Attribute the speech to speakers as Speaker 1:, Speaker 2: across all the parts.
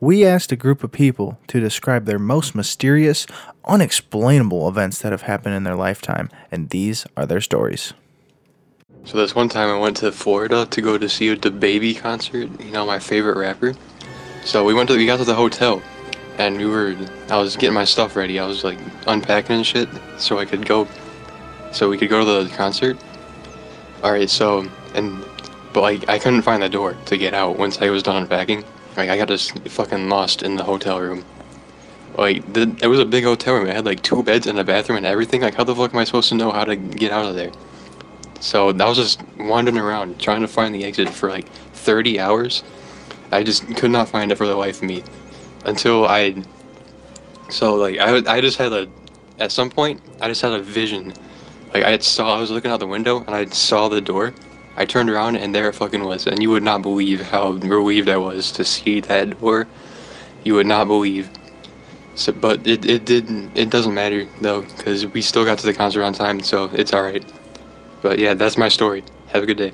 Speaker 1: we asked a group of people to describe their most mysterious, unexplainable events that have happened in their lifetime, and these are their stories.
Speaker 2: So this one time I went to Florida to go to see a baby concert, you know, my favorite rapper. So we went to we got to the hotel and we were I was getting my stuff ready. I was like unpacking and shit so I could go so we could go to the concert. All right, so and but like I couldn't find the door to get out once I was done unpacking. Like I got just fucking lost in the hotel room. Like the, it was a big hotel room. It had like two beds and a bathroom and everything. Like how the fuck am I supposed to know how to get out of there? So I was just wandering around trying to find the exit for like 30 hours. I just could not find it for the life of me until I. So like I, I just had a, at some point I just had a vision, like I had saw I was looking out the window and I saw the door. I turned around and there it fucking was, and you would not believe how relieved I was to see that door. You would not believe. So, but it, it didn't. It doesn't matter though, because we still got to the concert on time, so it's all right. But yeah, that's my story. Have a good day.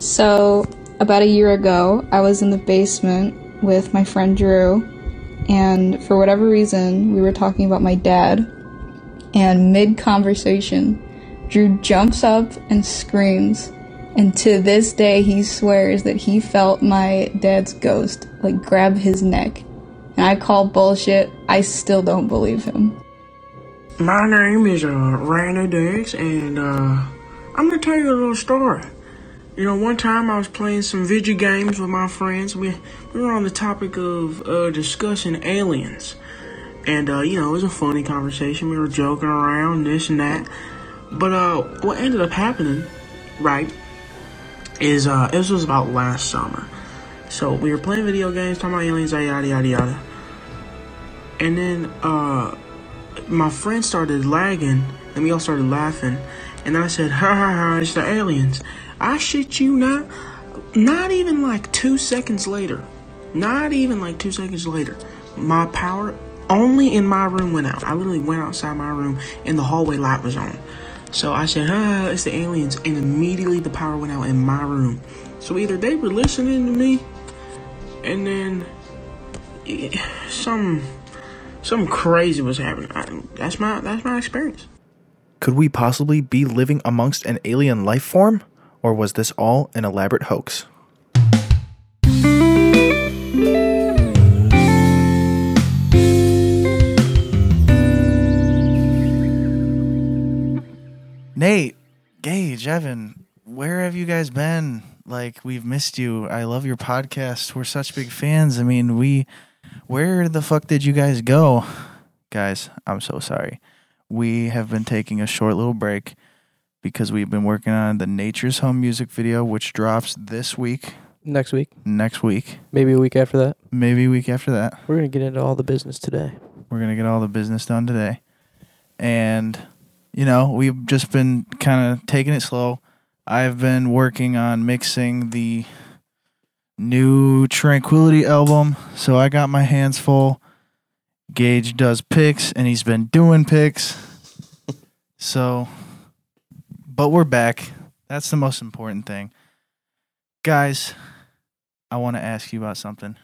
Speaker 3: So, about a year ago, I was in the basement with my friend Drew, and for whatever reason, we were talking about my dad. And mid conversation, Drew jumps up and screams. And to this day, he swears that he felt my dad's ghost, like, grab his neck. And I call bullshit. I still don't believe him.
Speaker 4: My name is uh, Randy Diggs, and uh, I'm gonna tell you a little story. You know, one time I was playing some video games with my friends. We we were on the topic of uh, discussing aliens, and uh, you know, it was a funny conversation. We were joking around this and that, but uh, what ended up happening, right, is uh, this was about last summer. So we were playing video games, talking about aliens, yada yada yada, yada. and then uh, my friend started lagging, and we all started laughing. And I said, ha ha ha, it's the aliens. I shit you not, not even like two seconds later, not even like two seconds later, my power only in my room went out. I literally went outside my room and the hallway light was on. So I said, ah, it's the aliens. And immediately the power went out in my room. So either they were listening to me and then eh, some, some crazy was happening. I, that's my, that's my experience.
Speaker 1: Could we possibly be living amongst an alien life form? Or was this all an elaborate hoax? Nate, Gage, Evan, where have you guys been? Like, we've missed you. I love your podcast. We're such big fans. I mean, we, where the fuck did you guys go? Guys, I'm so sorry. We have been taking a short little break because we've been working on the Nature's Home music video, which drops this week,
Speaker 5: Next week,
Speaker 1: next week,
Speaker 5: maybe a week after that,
Speaker 1: maybe a week after that.
Speaker 5: we're gonna get into all the business today.
Speaker 1: We're gonna get all the business done today, and you know we've just been kind of taking it slow. I've been working on mixing the new Tranquility album, so I got my hands full. Gage does picks, and he's been doing picks. So, but we're back. That's the most important thing, guys. I want to ask you about something.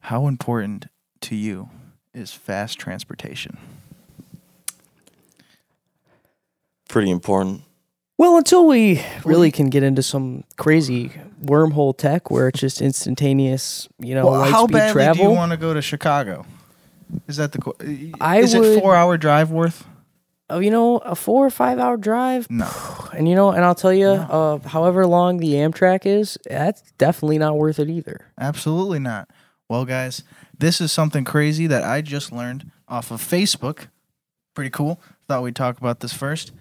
Speaker 1: How important to you is fast transportation.
Speaker 6: Pretty important.
Speaker 5: Well, until we really can get into some crazy wormhole tech where it's just instantaneous, you know, light
Speaker 1: how
Speaker 5: speed
Speaker 1: badly
Speaker 5: travel.
Speaker 1: do you want to go to Chicago? Is that the? qu-
Speaker 5: I
Speaker 1: is
Speaker 5: would-
Speaker 1: it four hour drive worth?
Speaker 5: oh, you know, a four or five hour drive,
Speaker 1: No,
Speaker 5: and you know, and I'll tell you, uh, however long the Amtrak is, that's definitely not worth it either.
Speaker 1: absolutely not. Well, guys, this is something crazy that I just learned off of Facebook. Pretty cool. Thought we'd talk about this first.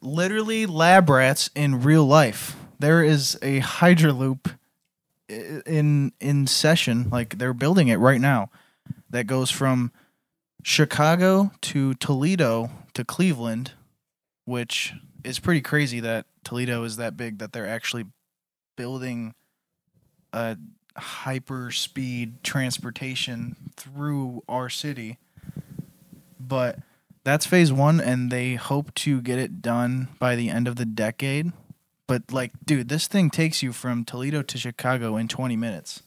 Speaker 1: Literally, lab rats in real life. There is a Hydraloop i- in in session. Like they're building it right now. That goes from Chicago to Toledo to Cleveland, which is pretty crazy that Toledo is that big that they're actually building a hyper speed transportation through our city. But that's phase one, and they hope to get it done by the end of the decade. But, like, dude, this thing takes you from Toledo to Chicago in 20 minutes.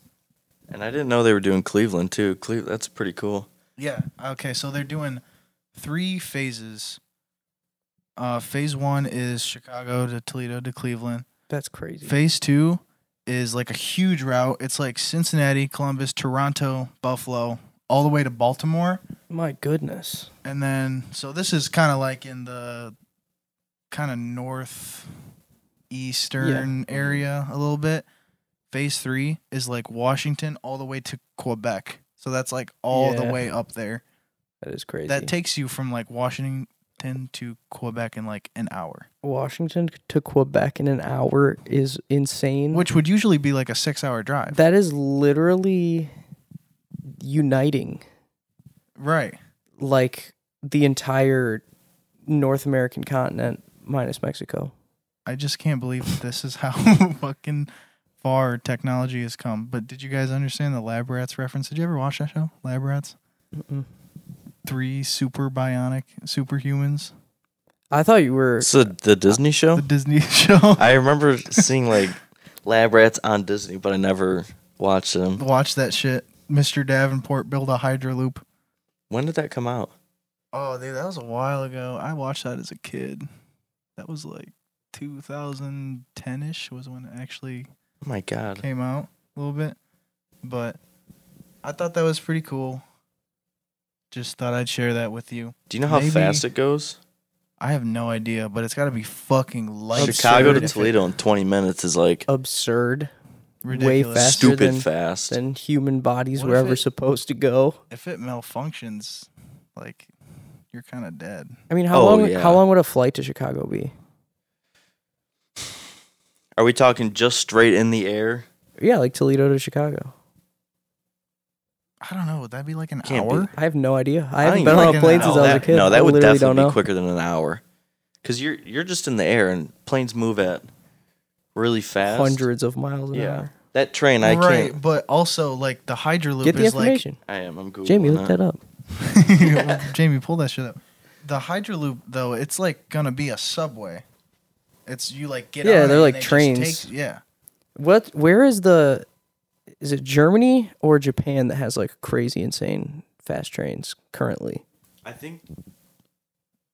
Speaker 6: And I didn't know they were doing Cleveland too. Cleve, that's pretty cool.
Speaker 1: Yeah. Okay. So they're doing three phases. Uh, phase one is Chicago to Toledo to Cleveland.
Speaker 5: That's crazy.
Speaker 1: Phase two is like a huge route. It's like Cincinnati, Columbus, Toronto, Buffalo, all the way to Baltimore.
Speaker 5: My goodness.
Speaker 1: And then, so this is kind of like in the kind of northeastern area a little bit. Phase three is like Washington all the way to Quebec. So that's like all the
Speaker 5: Yeah.
Speaker 1: way up there.
Speaker 5: That is crazy.
Speaker 1: That takes you from like Washington to Quebec in like an hour,
Speaker 5: Washington to Quebec in an hour is insane.
Speaker 1: which would usually be like a six hour drive.
Speaker 5: that is literally uniting
Speaker 1: right.
Speaker 5: like the entire North American continent minus Mexico.
Speaker 1: I just can't believe that this is how fucking far technology has come. But did you guys understand the Lab Rats reference? Did you ever watch that show? Lab Rats?
Speaker 5: Mm-mm.
Speaker 1: Three super bionic superhumans.
Speaker 5: I thought you were
Speaker 6: It's the the Disney show.
Speaker 1: The Disney show.
Speaker 6: I remember seeing like lab rats on Disney, but I never watched them.
Speaker 1: Watch that shit. Mr. Davenport build a Hydra loop.
Speaker 6: When did that come out?
Speaker 1: Oh, dude, that was a while ago. I watched that as a kid. That was like 2010 ish was when it actually
Speaker 6: Oh my god.
Speaker 1: came out a little bit. But I thought that was pretty cool. Just thought I'd share that with you.
Speaker 6: Do you know how
Speaker 1: Maybe-
Speaker 6: fast it goes?
Speaker 1: I have no idea, but it's got to be fucking light.
Speaker 6: Chicago
Speaker 5: absurd if
Speaker 6: to
Speaker 5: it-
Speaker 6: Toledo in 20 minutes is like
Speaker 5: absurd,
Speaker 1: Ridiculous.
Speaker 5: way Oh, faster
Speaker 6: stupid
Speaker 5: than,
Speaker 6: fast.
Speaker 5: than human bodies
Speaker 1: What
Speaker 5: were
Speaker 1: if
Speaker 5: ever
Speaker 1: it-
Speaker 5: supposed to go.
Speaker 1: If it malfunctions, like you're kind of dead.
Speaker 5: I mean, how
Speaker 6: Oh,
Speaker 5: long
Speaker 6: yeah.
Speaker 5: how long would a flight to Chicago be?
Speaker 6: Are we talking just straight in the air?
Speaker 5: Yeah, like Toledo to Chicago.
Speaker 1: I don't know. Would that be like an
Speaker 6: Can't be.
Speaker 1: hour?
Speaker 5: I have no idea. I,
Speaker 6: I
Speaker 5: haven't been
Speaker 6: don't even
Speaker 5: on a
Speaker 1: think
Speaker 5: plane
Speaker 1: an
Speaker 5: since
Speaker 1: hour.
Speaker 5: I was a
Speaker 6: that-
Speaker 5: kid.
Speaker 6: no, that
Speaker 5: I
Speaker 6: would
Speaker 5: literally
Speaker 6: definitely
Speaker 5: don't know.
Speaker 6: be quicker than an hour. Cuz you're you're just in the air and planes move at really fast.
Speaker 5: Hundreds of miles an
Speaker 6: Yeah.
Speaker 5: hour.
Speaker 6: That train I
Speaker 1: right,
Speaker 6: can't
Speaker 1: but also like the Hydra loop
Speaker 5: Get the
Speaker 1: is like
Speaker 5: information.
Speaker 6: I am. I'm googling.
Speaker 5: Jamie, look that up.
Speaker 1: Jamie, pull that shit up. The Hydra loop though, it's like gonna be a subway. It's you like get
Speaker 5: Yeah,
Speaker 1: on it
Speaker 5: they're
Speaker 1: and
Speaker 5: like
Speaker 1: they just
Speaker 5: trains.
Speaker 1: take- yeah,
Speaker 5: What? Where is the? Is it Germany or Japan that has like crazy insane fast trains currently?
Speaker 6: I think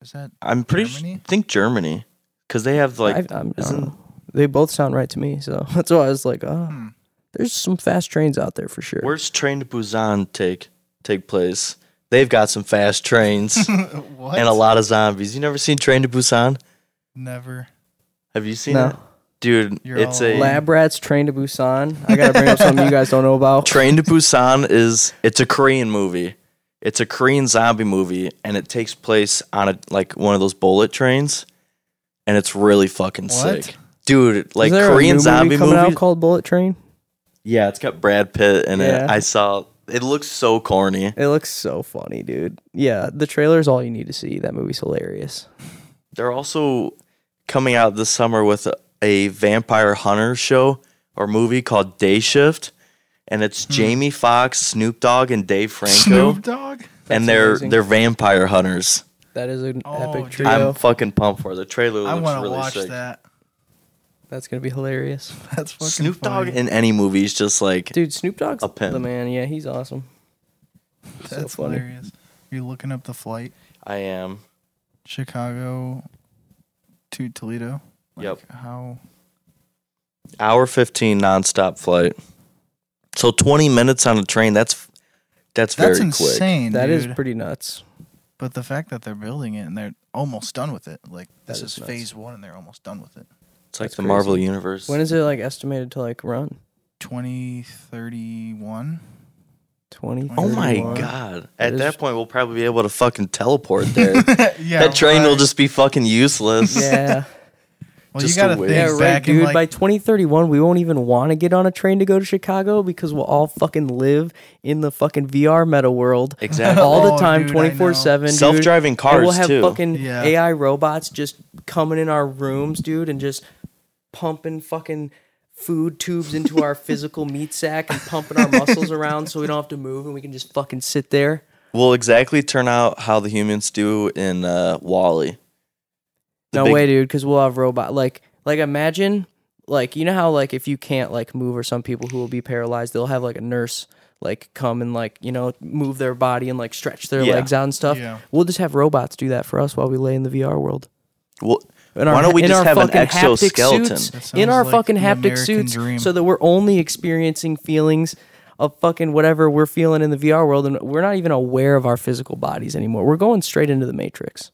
Speaker 1: is that
Speaker 6: I'm pretty
Speaker 1: Germany?
Speaker 6: Germany? think Germany cuz they have like
Speaker 5: I, I'm, I don't
Speaker 6: isn't-
Speaker 5: know. They both sound right to me, so that's why I was like, oh,
Speaker 1: Hmm.
Speaker 5: there's some fast trains out there for sure.
Speaker 6: where's train to Busan take take place? They've got some fast trains
Speaker 1: what?
Speaker 6: and a lot of zombies. You never seen Train to Busan?
Speaker 1: Never.
Speaker 6: Have you seen
Speaker 5: No.
Speaker 6: it? Dude,
Speaker 1: You're
Speaker 6: it's
Speaker 1: all-
Speaker 6: a
Speaker 5: Lab rats train to Busan. I gotta bring up something you guys don't know about.
Speaker 6: Train to Busan is it's a Korean movie. It's a Korean zombie movie, and it takes place on a like one of those bullet trains, and it's really fucking
Speaker 1: What?
Speaker 6: sick, dude. Like
Speaker 5: Is there a new
Speaker 6: Korean zombie
Speaker 5: coming out
Speaker 6: movie.
Speaker 5: called Bullet Train.
Speaker 6: yeah, it's got Brad Pitt in
Speaker 5: Yeah.
Speaker 6: it. I saw. It looks so corny.
Speaker 5: It looks so funny, dude. Yeah, the trailer's all you need to see. That movie's hilarious.
Speaker 6: They're also coming out this summer with a, a vampire hunter show or movie called Day Shift, and it's
Speaker 5: Hmm.
Speaker 6: Jamie Foxx, Snoop Dogg, and Dave Franco,
Speaker 1: Snoop Dogg.
Speaker 6: and they're
Speaker 5: amazing.
Speaker 6: they're vampire hunters.
Speaker 5: That is an
Speaker 1: Oh,
Speaker 5: epic
Speaker 1: dude.
Speaker 5: trio.
Speaker 6: I'm fucking pumped for it. The trailer
Speaker 1: I
Speaker 6: looks
Speaker 1: want to
Speaker 6: really
Speaker 1: watch
Speaker 6: sick.
Speaker 1: that.
Speaker 5: That's gonna be hilarious,
Speaker 1: That's fucking
Speaker 6: Snoop Dogg
Speaker 1: funny.
Speaker 6: in any movie is just like
Speaker 5: dude. Snoop Dogg's
Speaker 6: A pimp.
Speaker 5: the man. Yeah, he's awesome. So
Speaker 1: That's
Speaker 5: funny.
Speaker 1: hilarious. You're looking up the flight
Speaker 6: I am.
Speaker 1: Chicago to Toledo.
Speaker 6: Yep.
Speaker 1: How?
Speaker 6: Hour fifteen nonstop flight. So twenty minutes on a train. That's that's very
Speaker 1: That's
Speaker 6: quick.
Speaker 1: insane.
Speaker 5: That is
Speaker 1: dude.
Speaker 5: pretty nuts.
Speaker 1: But the fact that they're building it and they're almost done with it, like this
Speaker 5: is
Speaker 1: is,
Speaker 5: nuts.
Speaker 1: phase one, and they're almost done with it.
Speaker 6: It's like
Speaker 5: That's
Speaker 6: the
Speaker 5: crazy.
Speaker 6: Marvel universe.
Speaker 5: When is it like estimated to like run?
Speaker 1: Twenty thirty one.
Speaker 5: Twenty.
Speaker 6: oh my
Speaker 5: 31?
Speaker 6: god!
Speaker 5: That
Speaker 6: At
Speaker 5: is-
Speaker 6: that point, we'll probably be able to fucking teleport there.
Speaker 1: Yeah,
Speaker 6: that train will
Speaker 1: right.
Speaker 6: just be fucking useless.
Speaker 5: Yeah.
Speaker 1: Well,
Speaker 6: just
Speaker 1: you gotta
Speaker 6: a
Speaker 1: think
Speaker 6: wave.
Speaker 5: Yeah,
Speaker 6: Yeah,
Speaker 5: right,
Speaker 1: back in
Speaker 5: dude.
Speaker 1: like
Speaker 5: by 2031, we won't even want to get on a train to go to Chicago because we'll all fucking live in the fucking VR meta world
Speaker 6: Exactly.
Speaker 5: all the
Speaker 1: Oh,
Speaker 5: time,
Speaker 1: dude, I know.
Speaker 5: 24 seven.
Speaker 6: Self-driving
Speaker 5: And we'll
Speaker 6: cars,
Speaker 5: have
Speaker 6: too.
Speaker 5: fucking
Speaker 1: Yeah.
Speaker 5: AI robots just coming in our rooms, dude, and just pumping fucking food tubes into our physical meat sack and pumping our muscles around so we don't have to move and we can just fucking sit there.
Speaker 6: Will exactly turn out how the humans do in uh, Wally.
Speaker 5: No
Speaker 6: big-
Speaker 5: way, dude, because we'll have robot like like imagine like you know how like if you can't like move or some people who will be paralyzed, they'll have like a nurse like come and like you know move their body and like stretch their
Speaker 6: Yeah.
Speaker 5: legs out and stuff.
Speaker 1: Yeah.
Speaker 5: We'll just have robots do that for us while we lay in the VR world.
Speaker 6: Well,
Speaker 5: In
Speaker 6: why don't we
Speaker 5: in
Speaker 6: just
Speaker 5: our
Speaker 6: have an
Speaker 5: fucking haptic
Speaker 6: exoskeleton?
Speaker 5: suits,
Speaker 1: That
Speaker 5: in our
Speaker 1: sounds like
Speaker 5: fucking
Speaker 1: an
Speaker 5: haptic
Speaker 1: American
Speaker 5: suits
Speaker 1: dream.
Speaker 5: so that we're only experiencing feelings of fucking whatever we're feeling in the VR world and we're not even aware of our physical bodies anymore. We're going straight into the matrix.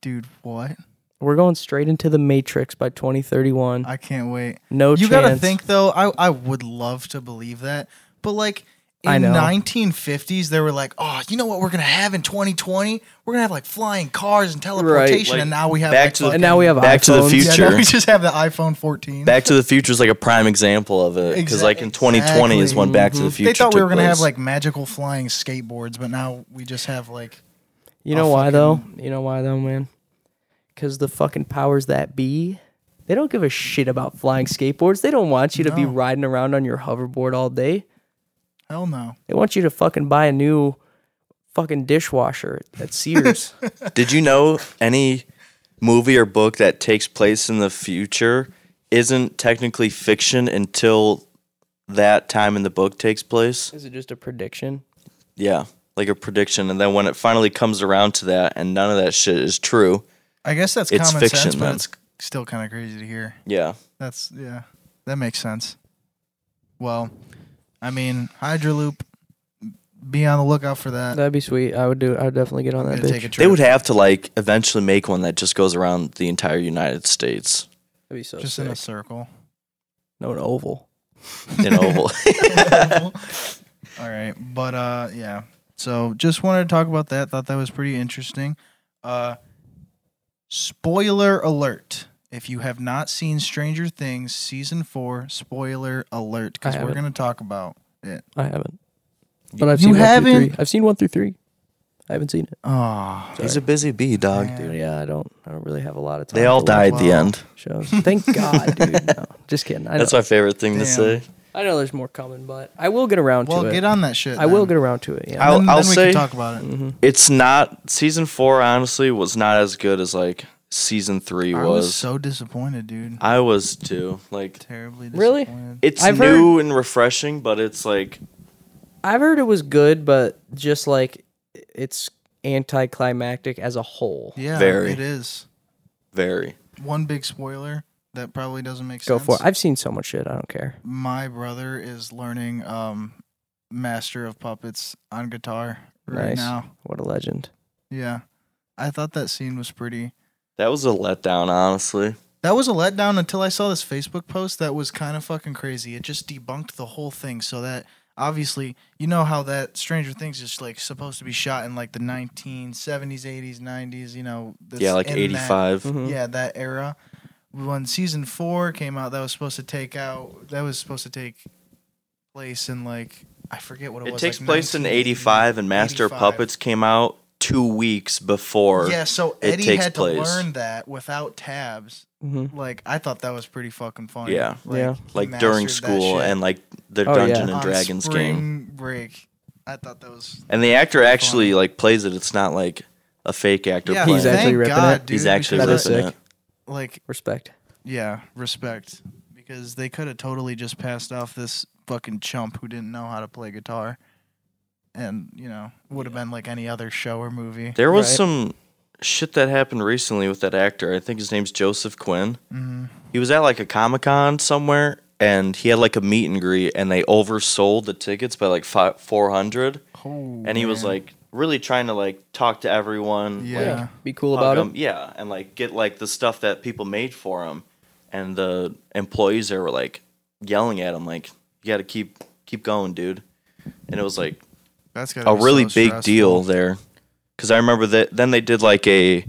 Speaker 1: Dude, what?
Speaker 5: We're going straight into the matrix by 2031.
Speaker 1: I can't wait.
Speaker 5: No
Speaker 1: you gotta
Speaker 5: chance.
Speaker 1: think though. I I would love to believe that, but like
Speaker 5: I
Speaker 1: in
Speaker 5: know.
Speaker 1: 1950s, they were like, oh, you know what we're gonna have in 2020? We're gonna have like flying cars and teleportation,
Speaker 6: like,
Speaker 1: and now we have
Speaker 6: back
Speaker 1: like,
Speaker 6: to the-
Speaker 5: and now we have
Speaker 6: Back to the
Speaker 5: iPhones.
Speaker 6: future.
Speaker 1: yeah, now we just have the iPhone 14.
Speaker 6: Back to the Future is like a prime example of it because, like in
Speaker 1: Exact-
Speaker 6: 2020 is when Back to
Speaker 5: Mhm.
Speaker 6: the Future.
Speaker 1: they thought we
Speaker 6: took
Speaker 1: were gonna have
Speaker 6: place.
Speaker 1: like magical flying skateboards, but now we just have like
Speaker 5: You know
Speaker 1: I'll
Speaker 5: why though? You know why though, man? Because the fucking powers that be, they don't give a shit about flying skateboards. They don't want you to be
Speaker 1: No.
Speaker 5: riding around on your hoverboard all day.
Speaker 1: hell no.
Speaker 5: They want you to fucking buy a new fucking dishwasher at Sears.
Speaker 6: Did you know any movie or book that takes place in the future isn't technically fiction until that time in the book takes place?
Speaker 5: Is it just a prediction?
Speaker 6: Yeah, like a prediction, and then when it finally comes around to that, and none of that shit is true.
Speaker 1: I guess that's
Speaker 6: It's
Speaker 1: common
Speaker 6: fiction,
Speaker 1: sense,
Speaker 6: then.
Speaker 1: but it's still kind of crazy to hear.
Speaker 6: Yeah,
Speaker 1: That's yeah. That makes sense. Well, I mean, Hydraloop. Be on the lookout for that.
Speaker 5: That'd be sweet. I would do. I would definitely get on that
Speaker 1: Gonna take a
Speaker 5: bitch.
Speaker 1: trip.
Speaker 6: they would have to like eventually make one that just goes around the entire United States
Speaker 5: That'd be so
Speaker 1: just
Speaker 5: sick.
Speaker 1: in a circle.
Speaker 5: no, an oval.
Speaker 6: in oval.
Speaker 1: All right, but uh, yeah. So just wanted to talk about that. Thought that was pretty interesting. Uh, spoiler alert. If you have not seen Stranger Things season four, spoiler alert, because
Speaker 5: I
Speaker 1: we're
Speaker 5: haven't.
Speaker 1: gonna talk about it.
Speaker 5: I haven't. But I've
Speaker 1: You
Speaker 5: seen One through
Speaker 1: haven't?
Speaker 5: three. I've seen one through three. I haven't seen it.
Speaker 1: Oh,
Speaker 6: He's a busy bee, dog.
Speaker 1: Yeah.
Speaker 5: Dude, yeah, I don't. I don't really have a lot of time.
Speaker 6: They all
Speaker 5: for live
Speaker 6: die at the
Speaker 1: Wow.
Speaker 6: end.
Speaker 5: Shows. Thank God, dude. No, just kidding. I know,
Speaker 6: That's my favorite thing to
Speaker 1: Damn.
Speaker 6: say.
Speaker 5: I know there's more coming, but I will get around
Speaker 1: well,
Speaker 5: to it.
Speaker 1: get on that shit.
Speaker 5: I will
Speaker 1: then.
Speaker 5: get around to it. Yeah. Mm-hmm.
Speaker 6: I'll-
Speaker 1: Then, then we
Speaker 6: say-
Speaker 1: can talk about it.
Speaker 6: It's not season four. Honestly, was not as good as like season three
Speaker 1: I
Speaker 6: was.
Speaker 1: was so disappointed, dude.
Speaker 6: I was too. Like
Speaker 1: Terribly
Speaker 5: Really?
Speaker 1: disappointed.
Speaker 6: it's
Speaker 5: I've
Speaker 6: new and refreshing, but it's like
Speaker 5: I've heard it was good, but just like it's anticlimactic as a whole.
Speaker 1: Yeah,
Speaker 6: Very.
Speaker 1: it is.
Speaker 6: very.
Speaker 1: One big spoiler that probably doesn't make
Speaker 5: Go
Speaker 1: sense.
Speaker 5: for it. I've seen so much shit. I don't care.
Speaker 1: my brother is learning um master of puppets on guitar right
Speaker 5: Nice.
Speaker 1: now
Speaker 5: What a legend.
Speaker 1: yeah i thought that scene was pretty
Speaker 6: That was a letdown, honestly.
Speaker 1: that was a letdown until i saw this facebook post that was kind of fucking crazy it just debunked the whole thing so that obviously you know how that stranger things is like supposed to be shot in like the 1970s 80s 90s you know that's
Speaker 6: yeah, like
Speaker 1: in that-
Speaker 6: eighty five.
Speaker 5: Mhm.
Speaker 1: yeah that era when season four came out that was supposed to take out that was supposed to take place in like i forget what it,
Speaker 6: It
Speaker 1: was
Speaker 6: takes
Speaker 1: like
Speaker 6: place in
Speaker 1: 1980.
Speaker 6: eighty five, and Master of
Speaker 1: 85.
Speaker 6: Puppets came out two weeks before.
Speaker 1: yeah so
Speaker 6: it
Speaker 1: eddie
Speaker 6: takes
Speaker 1: had to
Speaker 6: place.
Speaker 1: learn that without tabs
Speaker 5: hmm
Speaker 1: like i thought that was pretty fucking funny
Speaker 6: Yeah.
Speaker 1: like,
Speaker 5: Yeah.
Speaker 1: he
Speaker 6: Like during
Speaker 1: mastered that
Speaker 6: school
Speaker 1: shit
Speaker 6: and like the
Speaker 5: Oh, yeah.
Speaker 6: Dungeon and
Speaker 1: on
Speaker 6: Dragons
Speaker 1: spring
Speaker 6: game.
Speaker 1: break i thought that was
Speaker 6: And the actor actually like plays it. It's not like a fake actor
Speaker 1: yeah
Speaker 6: playing.
Speaker 5: He's
Speaker 1: thank
Speaker 5: actually
Speaker 6: it.
Speaker 5: ripping
Speaker 1: God,
Speaker 5: it.
Speaker 1: dude,
Speaker 6: He's actually
Speaker 5: That is
Speaker 1: because,
Speaker 6: ripping
Speaker 5: sick.
Speaker 6: it.
Speaker 1: like
Speaker 5: Respect.
Speaker 1: yeah respect because they could have totally just passed off this fucking chump who didn't know how to play guitar and you know would have been like any other show or movie
Speaker 6: There was
Speaker 5: Right.
Speaker 6: some shit that happened recently with that actor. I think his name's Joseph Quinn.
Speaker 1: Mhm.
Speaker 6: He was at like a Comic Con somewhere, and he had like a meet and greet, and they oversold the tickets by like five, four hundred,
Speaker 1: Oh,
Speaker 6: and he was
Speaker 1: man.
Speaker 6: like really trying to like talk to everyone,
Speaker 1: yeah,
Speaker 6: like,
Speaker 5: Be cool
Speaker 6: hug
Speaker 5: about
Speaker 6: 'em. yeah, and like get like the stuff that people made for him, and the employees there were like yelling at him, like you got to keep keep going, dude, and it was like
Speaker 1: that's gotta
Speaker 6: a
Speaker 1: be so
Speaker 6: really big
Speaker 1: stressful.
Speaker 6: deal there because i remember that then they did like a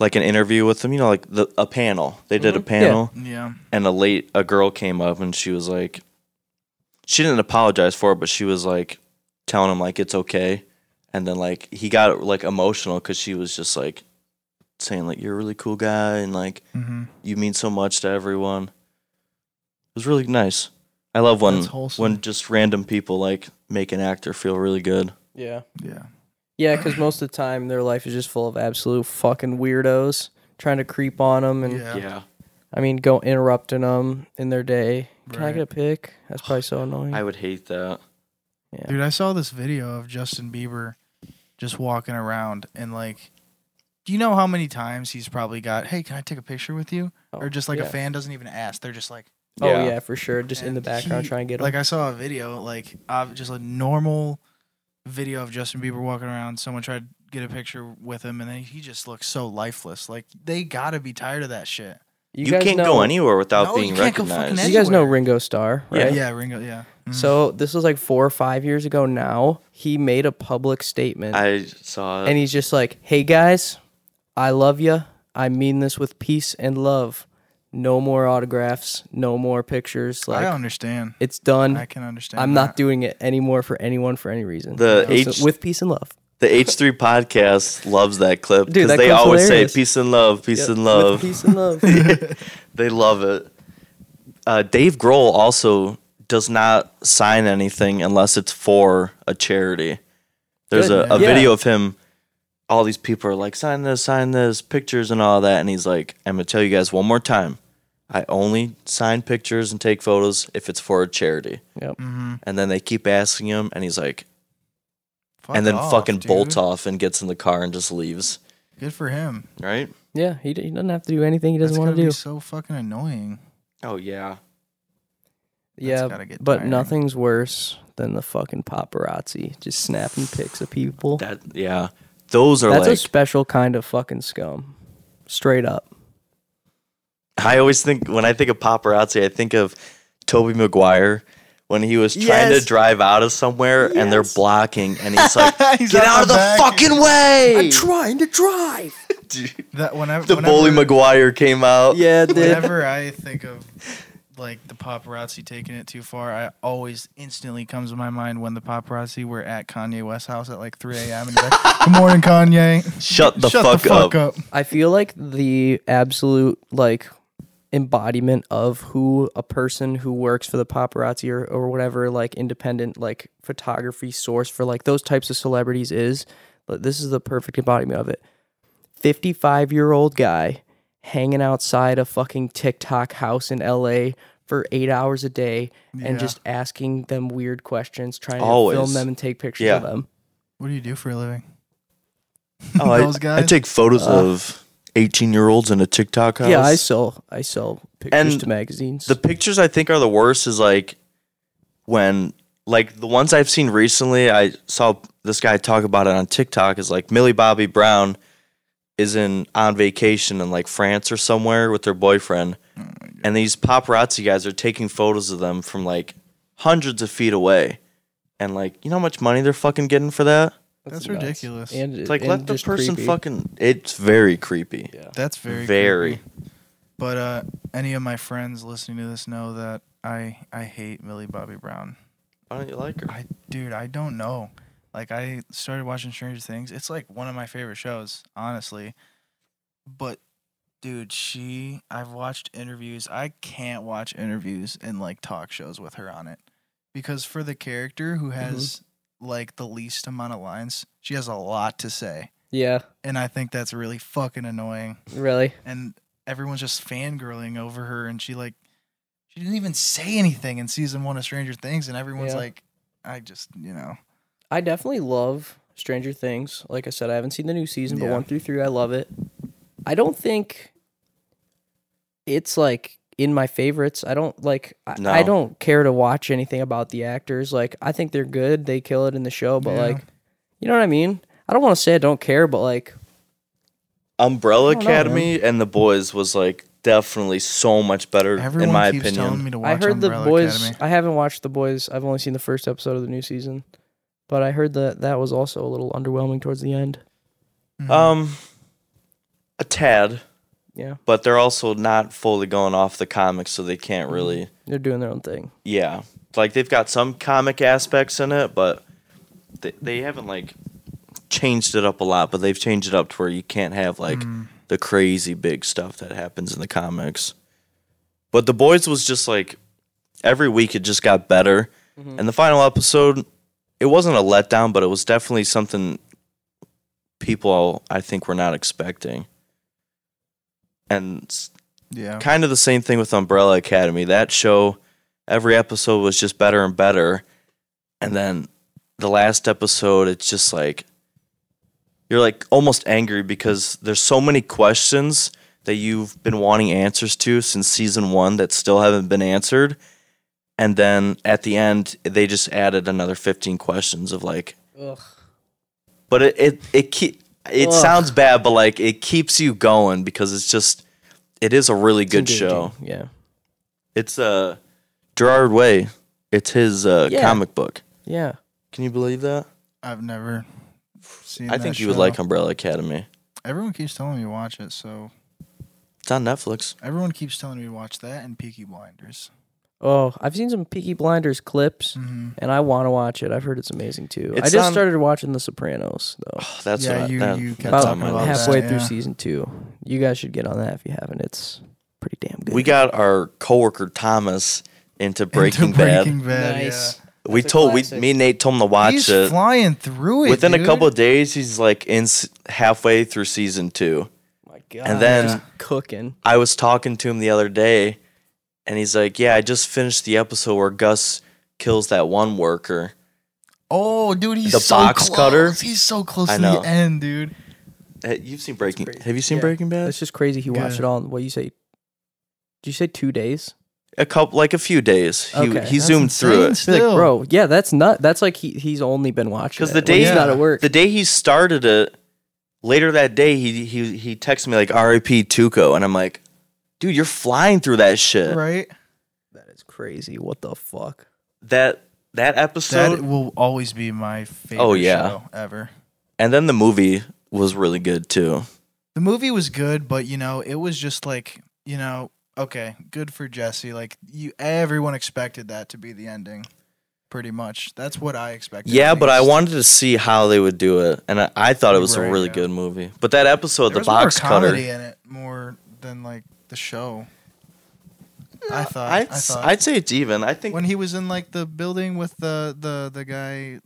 Speaker 6: like an interview with them you know like the, a panel they did
Speaker 5: Mm-hmm.
Speaker 6: a panel
Speaker 1: Yeah,
Speaker 6: and a late a girl came up and she was like she didn't apologize for it but she was like telling him like it's okay and then like he got like emotional because she was just like saying like you're a really cool guy and like
Speaker 1: mm-hmm.
Speaker 6: you mean so much to everyone it was really nice i love when
Speaker 1: That's wholesome.
Speaker 6: when just random people like make an actor feel really good
Speaker 5: it. Yeah.
Speaker 1: yeah.
Speaker 5: Yeah, because most of the time their life is just full of absolute fucking weirdos trying to creep on them and
Speaker 1: yeah,
Speaker 6: Yeah.
Speaker 5: I mean, go interrupting them in their day. Can I
Speaker 1: Right.
Speaker 5: get a pick? That's probably so annoying.
Speaker 6: I would hate that.
Speaker 5: yeah.
Speaker 1: Dude, I saw this video of Justin Bieber just walking around and like do you know how many times he's probably got, "Hey, can I take a picture with you?"
Speaker 5: Oh,
Speaker 1: or just like
Speaker 5: yeah.
Speaker 1: a fan doesn't even ask. They're just like
Speaker 5: Oh
Speaker 6: Yeah.
Speaker 5: yeah. for sure. Just in
Speaker 1: And
Speaker 5: the background,
Speaker 1: he-
Speaker 5: trying to get 'em.
Speaker 1: Like I saw a video, like of just a normal video of Justin Bieber walking around. Someone tried to get a picture with him, and then he just looks so lifeless. Like they gotta be tired of that shit.
Speaker 6: You, can't go anywhere without
Speaker 1: No, you
Speaker 6: being
Speaker 1: can't go fucking
Speaker 6: recognized.
Speaker 5: You guys know
Speaker 1: anywhere.
Speaker 5: Ringo Starr, right?
Speaker 6: Yeah.
Speaker 1: Yeah, Ringo. Yeah. Mhm.
Speaker 5: So this was like four or five years ago now. He made a public statement
Speaker 6: I saw
Speaker 5: and he's just like, hey guys, I love you. I mean this with peace and love. No more autographs, no more pictures.
Speaker 1: I
Speaker 5: Like,
Speaker 1: understand.
Speaker 5: it's done.
Speaker 1: I can understand.
Speaker 5: I'm
Speaker 1: that.
Speaker 5: not doing it anymore for anyone for any reason.
Speaker 6: The
Speaker 5: Peace-
Speaker 6: H-
Speaker 5: with peace and love.
Speaker 6: the H three podcast loves that clip
Speaker 5: Dude,
Speaker 6: because
Speaker 5: that
Speaker 6: they
Speaker 5: clip's
Speaker 6: always
Speaker 5: hilarious.
Speaker 6: say peace and love, peace
Speaker 5: Yep,
Speaker 6: and
Speaker 5: with
Speaker 6: love.
Speaker 5: Peace and love.
Speaker 6: They love it. Uh, Dave Grohl also does not sign anything unless it's for a charity. There's
Speaker 5: Good,
Speaker 6: a, a
Speaker 5: man.
Speaker 6: video
Speaker 5: Yeah.
Speaker 6: of him. All these people are like, sign this, sign this, pictures and all that. And he's like, I'm going to tell you guys one more time. I only sign pictures and take photos if it's for a charity.
Speaker 5: yep.
Speaker 6: And then they keep asking him, and he's like,
Speaker 1: Fuck
Speaker 6: and then
Speaker 1: off,
Speaker 6: fucking
Speaker 1: dude.
Speaker 6: bolts off and gets in the car and just leaves.
Speaker 1: Good for him.
Speaker 6: Right?
Speaker 5: Yeah, he, d- he doesn't have to do anything he doesn't
Speaker 1: That's
Speaker 5: want
Speaker 1: gotta
Speaker 5: to do.
Speaker 1: Be so fucking annoying.
Speaker 6: Oh, yeah.
Speaker 5: Yeah,
Speaker 1: gotta get
Speaker 5: but
Speaker 1: tiring.
Speaker 5: nothing's worse than the fucking paparazzi just snapping pics of people.
Speaker 6: That, yeah. Those are
Speaker 5: That's a
Speaker 6: like,
Speaker 5: special kind of fucking scum. Straight up.
Speaker 6: I always think when I think of paparazzi, I think of Toby Maguire when he was trying
Speaker 5: Yes.
Speaker 6: to drive out of somewhere and they're blocking and he's like,
Speaker 1: He's
Speaker 6: get
Speaker 1: out
Speaker 6: out of
Speaker 1: the
Speaker 6: the
Speaker 1: back."
Speaker 6: fucking way.
Speaker 5: trying to drive.
Speaker 1: That whenever
Speaker 6: the
Speaker 1: whenever,
Speaker 6: bully Maguire came out.
Speaker 5: Yeah, dude.
Speaker 1: Whenever I think of like the paparazzi taking it too far, I always instantly comes to my mind when the paparazzi were at Kanye West's house at like 3 a.m. and he's like, Good morning, Kanye.
Speaker 6: Shut the,
Speaker 1: Shut
Speaker 6: fuck,
Speaker 1: the fuck
Speaker 6: up.
Speaker 1: up.
Speaker 5: I feel like the absolute like embodiment of who a person who works for the paparazzi or, or whatever like independent like photography source for like those types of celebrities is but this is the perfect embodiment of it 55 year old guy hanging outside a fucking tiktok house in la for eight hours a day
Speaker 1: Yeah.
Speaker 5: and just asking them weird questions trying
Speaker 6: Always.
Speaker 5: to film them and take pictures
Speaker 6: Yeah.
Speaker 5: of them
Speaker 1: What do you do for a living?
Speaker 6: Oh, I,
Speaker 1: Those guys?
Speaker 6: I take photos of 18 year olds in a TikTok house.
Speaker 5: Uh, yeah i sell i sell pictures
Speaker 6: And
Speaker 5: to magazines
Speaker 6: The pictures I think are the worst is like when like the ones I've seen recently, I saw this guy talk about it on TikTok is like Millie Bobby Brown is in on vacation in like France or somewhere with her boyfriend.
Speaker 1: Oh
Speaker 6: and these paparazzi guys are taking photos of them from like hundreds of feet away. And like, you know how much money they're fucking getting for that?
Speaker 1: That's
Speaker 5: nuts.
Speaker 1: ridiculous.
Speaker 5: and
Speaker 6: It's like
Speaker 5: and
Speaker 6: let the
Speaker 5: just
Speaker 6: person
Speaker 5: creepy.
Speaker 6: fucking it's very creepy. Yeah.
Speaker 1: That's very
Speaker 6: Very.
Speaker 1: creepy. But uh, any of my friends listening to this know that I I hate Millie Bobby Brown.
Speaker 6: Why don't you like her?
Speaker 1: I dude, I don't know. Like I started watching Stranger Things. It's like one of my favorite shows, honestly. But dude, she I've watched interviews. I can't watch interviews and like talk shows with her on it. Because for the character who has like the least amount of lines, she has a lot to say.
Speaker 5: Yeah,
Speaker 1: And I think that's really fucking annoying.
Speaker 5: really.
Speaker 1: And everyone's just fangirling over her and she like she didn't even say anything in season one of Stranger Things and everyone's
Speaker 5: Yeah.
Speaker 1: like I just, you know.
Speaker 5: I definitely love Stranger Things. Like I said, I haven't seen the new season, but
Speaker 1: Yeah.
Speaker 5: one through three, I love it. I don't think it's like in my favorites. I don't like. I,
Speaker 6: No.
Speaker 5: I don't care to watch anything about the actors. Like I think they're good. They kill it in the show, but
Speaker 1: Yeah.
Speaker 5: like, you know what I mean. I don't want to say I don't care, but like,
Speaker 6: Umbrella
Speaker 5: I don't know, man.
Speaker 6: Academy and The Boys was like definitely so much better
Speaker 1: Everyone
Speaker 6: in my
Speaker 1: keeps telling
Speaker 6: opinion.
Speaker 1: me to watch
Speaker 5: I heard
Speaker 1: Umbrella
Speaker 5: the boys.
Speaker 1: Academy.
Speaker 5: I haven't watched the boys. I've only seen the first episode of the new season, but I heard that that was also a little underwhelming towards the end.
Speaker 6: um, a tad,
Speaker 5: Yeah,
Speaker 6: but they're also not fully going off the comics, so they can't really.
Speaker 5: they're doing their own thing.
Speaker 6: Yeah, like they've got some comic aspects in it, but they they haven't like changed it up a lot. But they've changed it up to where you can't have like
Speaker 1: Hmm,
Speaker 6: the crazy big stuff that happens in the comics. But The Boys was just like every week it just got better. And the final episode, it wasn't a letdown, but it was definitely something people I think were not expecting. And s-
Speaker 1: Yeah.
Speaker 6: kind of the same thing with Umbrella Academy. That show, every episode was just better and better. And then the last episode, it's just like, you're like almost angry because there's so many questions that you've been wanting answers to since season one that still haven't been answered. And then at the end, they just added another 15 questions of like,
Speaker 5: Ugh.
Speaker 6: but it it it, keep, it
Speaker 5: Ugh.
Speaker 6: sounds bad, but like it keeps you going because it's just it is a really good show.
Speaker 5: Yeah.
Speaker 6: It's uh Gerard Way. It's his uh,
Speaker 5: Yeah.
Speaker 6: comic book.
Speaker 5: Yeah.
Speaker 6: Can you believe that?
Speaker 1: I've never seen
Speaker 6: I
Speaker 1: that
Speaker 6: think you
Speaker 1: show.
Speaker 6: would like Umbrella Academy.
Speaker 1: Everyone keeps telling me to watch it, so
Speaker 6: It's on Netflix.
Speaker 1: everyone keeps telling me to watch that and Peaky Blinders.
Speaker 5: Oh, I've seen some Peaky Blinders clips,
Speaker 1: Mhm.
Speaker 5: and I want to watch it. I've heard it's amazing too. I
Speaker 6: It's
Speaker 5: just
Speaker 6: on-
Speaker 5: started watching The Sopranos though.
Speaker 6: Oh, that's
Speaker 1: Yeah,
Speaker 6: what I-
Speaker 1: you-
Speaker 6: that-
Speaker 1: you
Speaker 6: that's
Speaker 1: kept
Speaker 5: About
Speaker 6: on my
Speaker 1: about
Speaker 6: list.
Speaker 5: halfway
Speaker 1: that,
Speaker 5: through
Speaker 1: yeah.
Speaker 5: season two. You guys should get on that if you haven't. It's pretty damn good.
Speaker 6: We got our coworker Thomas into Breaking,
Speaker 1: Into
Speaker 6: Bad.
Speaker 1: Breaking Bad.
Speaker 5: Nice.
Speaker 1: yeah.
Speaker 6: We
Speaker 5: That's a
Speaker 6: told we
Speaker 5: classic.
Speaker 6: me and Nate told him to watch
Speaker 1: He's
Speaker 6: it.
Speaker 1: flying through it.
Speaker 6: Within
Speaker 1: dude.
Speaker 6: a couple of days, he's like in s- halfway through season two.
Speaker 5: my God.
Speaker 6: and then-
Speaker 5: just cooking.
Speaker 6: I was talking to him the other day, and he's like, "Yeah, I just finished the episode where Gus kills that one worker."
Speaker 1: Oh, dude, he's
Speaker 6: The
Speaker 1: so
Speaker 6: box
Speaker 1: close.
Speaker 6: cutter?
Speaker 1: He's so close
Speaker 6: I
Speaker 1: to
Speaker 6: know.
Speaker 1: the end, dude.
Speaker 6: Hey, You've seen Breaking?
Speaker 5: crazy.
Speaker 6: Have you seen
Speaker 5: Yeah.
Speaker 6: Breaking Bad?
Speaker 5: It's just crazy. He watched
Speaker 1: Good.
Speaker 5: it all. In, what you say? Did you say two days?
Speaker 6: A couple, like a few days. He
Speaker 5: Okay,
Speaker 6: he
Speaker 5: that's
Speaker 6: zoomed through
Speaker 1: insane
Speaker 6: it
Speaker 5: Be like,
Speaker 1: Still.
Speaker 5: bro, yeah, that's not. That's like he he's only been watching
Speaker 6: 'Cause
Speaker 5: it
Speaker 6: the
Speaker 5: when he's
Speaker 1: day-
Speaker 5: not at work.
Speaker 6: the day he started it. Later that day, he he he texted me like "R.I.P. Tuco," and I'm like, "Dude, you're flying through that shit."
Speaker 1: Right?
Speaker 5: that is crazy. What the fuck?
Speaker 6: That that episode,
Speaker 1: that will always be my favorite
Speaker 6: Oh, yeah.
Speaker 1: show ever.
Speaker 6: and then the movie was really good too.
Speaker 1: The movie was good, but you know, it was just like, you know, okay, good for Jesse. Like you everyone expected that to be the ending. Pretty much. That's what I expected.
Speaker 6: Yeah,
Speaker 1: at
Speaker 6: but I
Speaker 1: least.
Speaker 6: wanted to see how they would do it, and I, I thought it was a
Speaker 1: Right,
Speaker 6: really
Speaker 1: yeah.
Speaker 6: good movie. But that episode,
Speaker 1: There
Speaker 6: the
Speaker 1: was
Speaker 6: box
Speaker 1: more
Speaker 6: cutter,
Speaker 1: comedy in it more than like the show. I thought. I
Speaker 6: I'd,
Speaker 1: thought.
Speaker 6: would say it's even. I think
Speaker 1: when he was in like the building with the the the guy,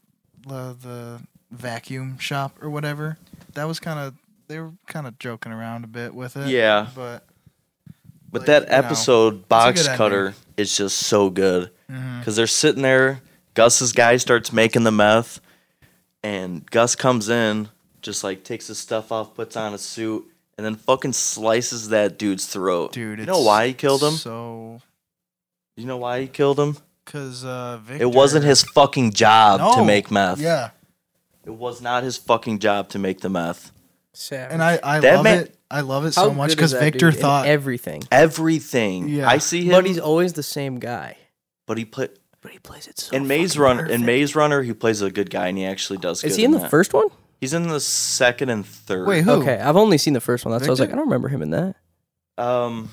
Speaker 1: the the vacuum shop or whatever, that was kind of they were kind of joking around a bit with it.
Speaker 6: Yeah.
Speaker 1: but
Speaker 6: But
Speaker 1: Like,
Speaker 6: that
Speaker 1: you know,
Speaker 6: episode, Box
Speaker 1: good ending.
Speaker 6: Cutter, is just so good.
Speaker 1: mm-hmm.
Speaker 6: Because they're sitting there, Gus's guy starts making the meth, and Gus comes in, just like takes his stuff off, puts on a suit, and then fucking slices that dude's throat.
Speaker 1: dude,
Speaker 6: you
Speaker 1: it's
Speaker 6: know why he killed him?
Speaker 1: So,
Speaker 6: you know why he killed him?
Speaker 1: cause uh, Victor,
Speaker 6: It wasn't his fucking job to
Speaker 1: No.
Speaker 6: make meth.
Speaker 1: Yeah,
Speaker 6: It was not his fucking job to make the meth.
Speaker 5: Savage.
Speaker 1: and I I
Speaker 6: That
Speaker 1: love
Speaker 6: man-
Speaker 1: it. I love it so much because Victor thought
Speaker 5: everything,
Speaker 6: Everything.
Speaker 1: Yeah.
Speaker 6: I see him,
Speaker 5: but he's always the same guy.
Speaker 6: but he put
Speaker 5: But he plays it so.
Speaker 6: in Maze
Speaker 5: fucking
Speaker 6: Runner. In
Speaker 5: perfect.
Speaker 6: Maze Runner, he plays a good guy, and he actually does.
Speaker 5: is
Speaker 6: good
Speaker 5: he in the
Speaker 6: that.
Speaker 5: first one?
Speaker 6: He's in the second and third.
Speaker 1: wait who is
Speaker 5: Okay, I've only seen the first one. That's why I was like,
Speaker 1: Victor?
Speaker 5: I don't remember him in that.
Speaker 6: Um,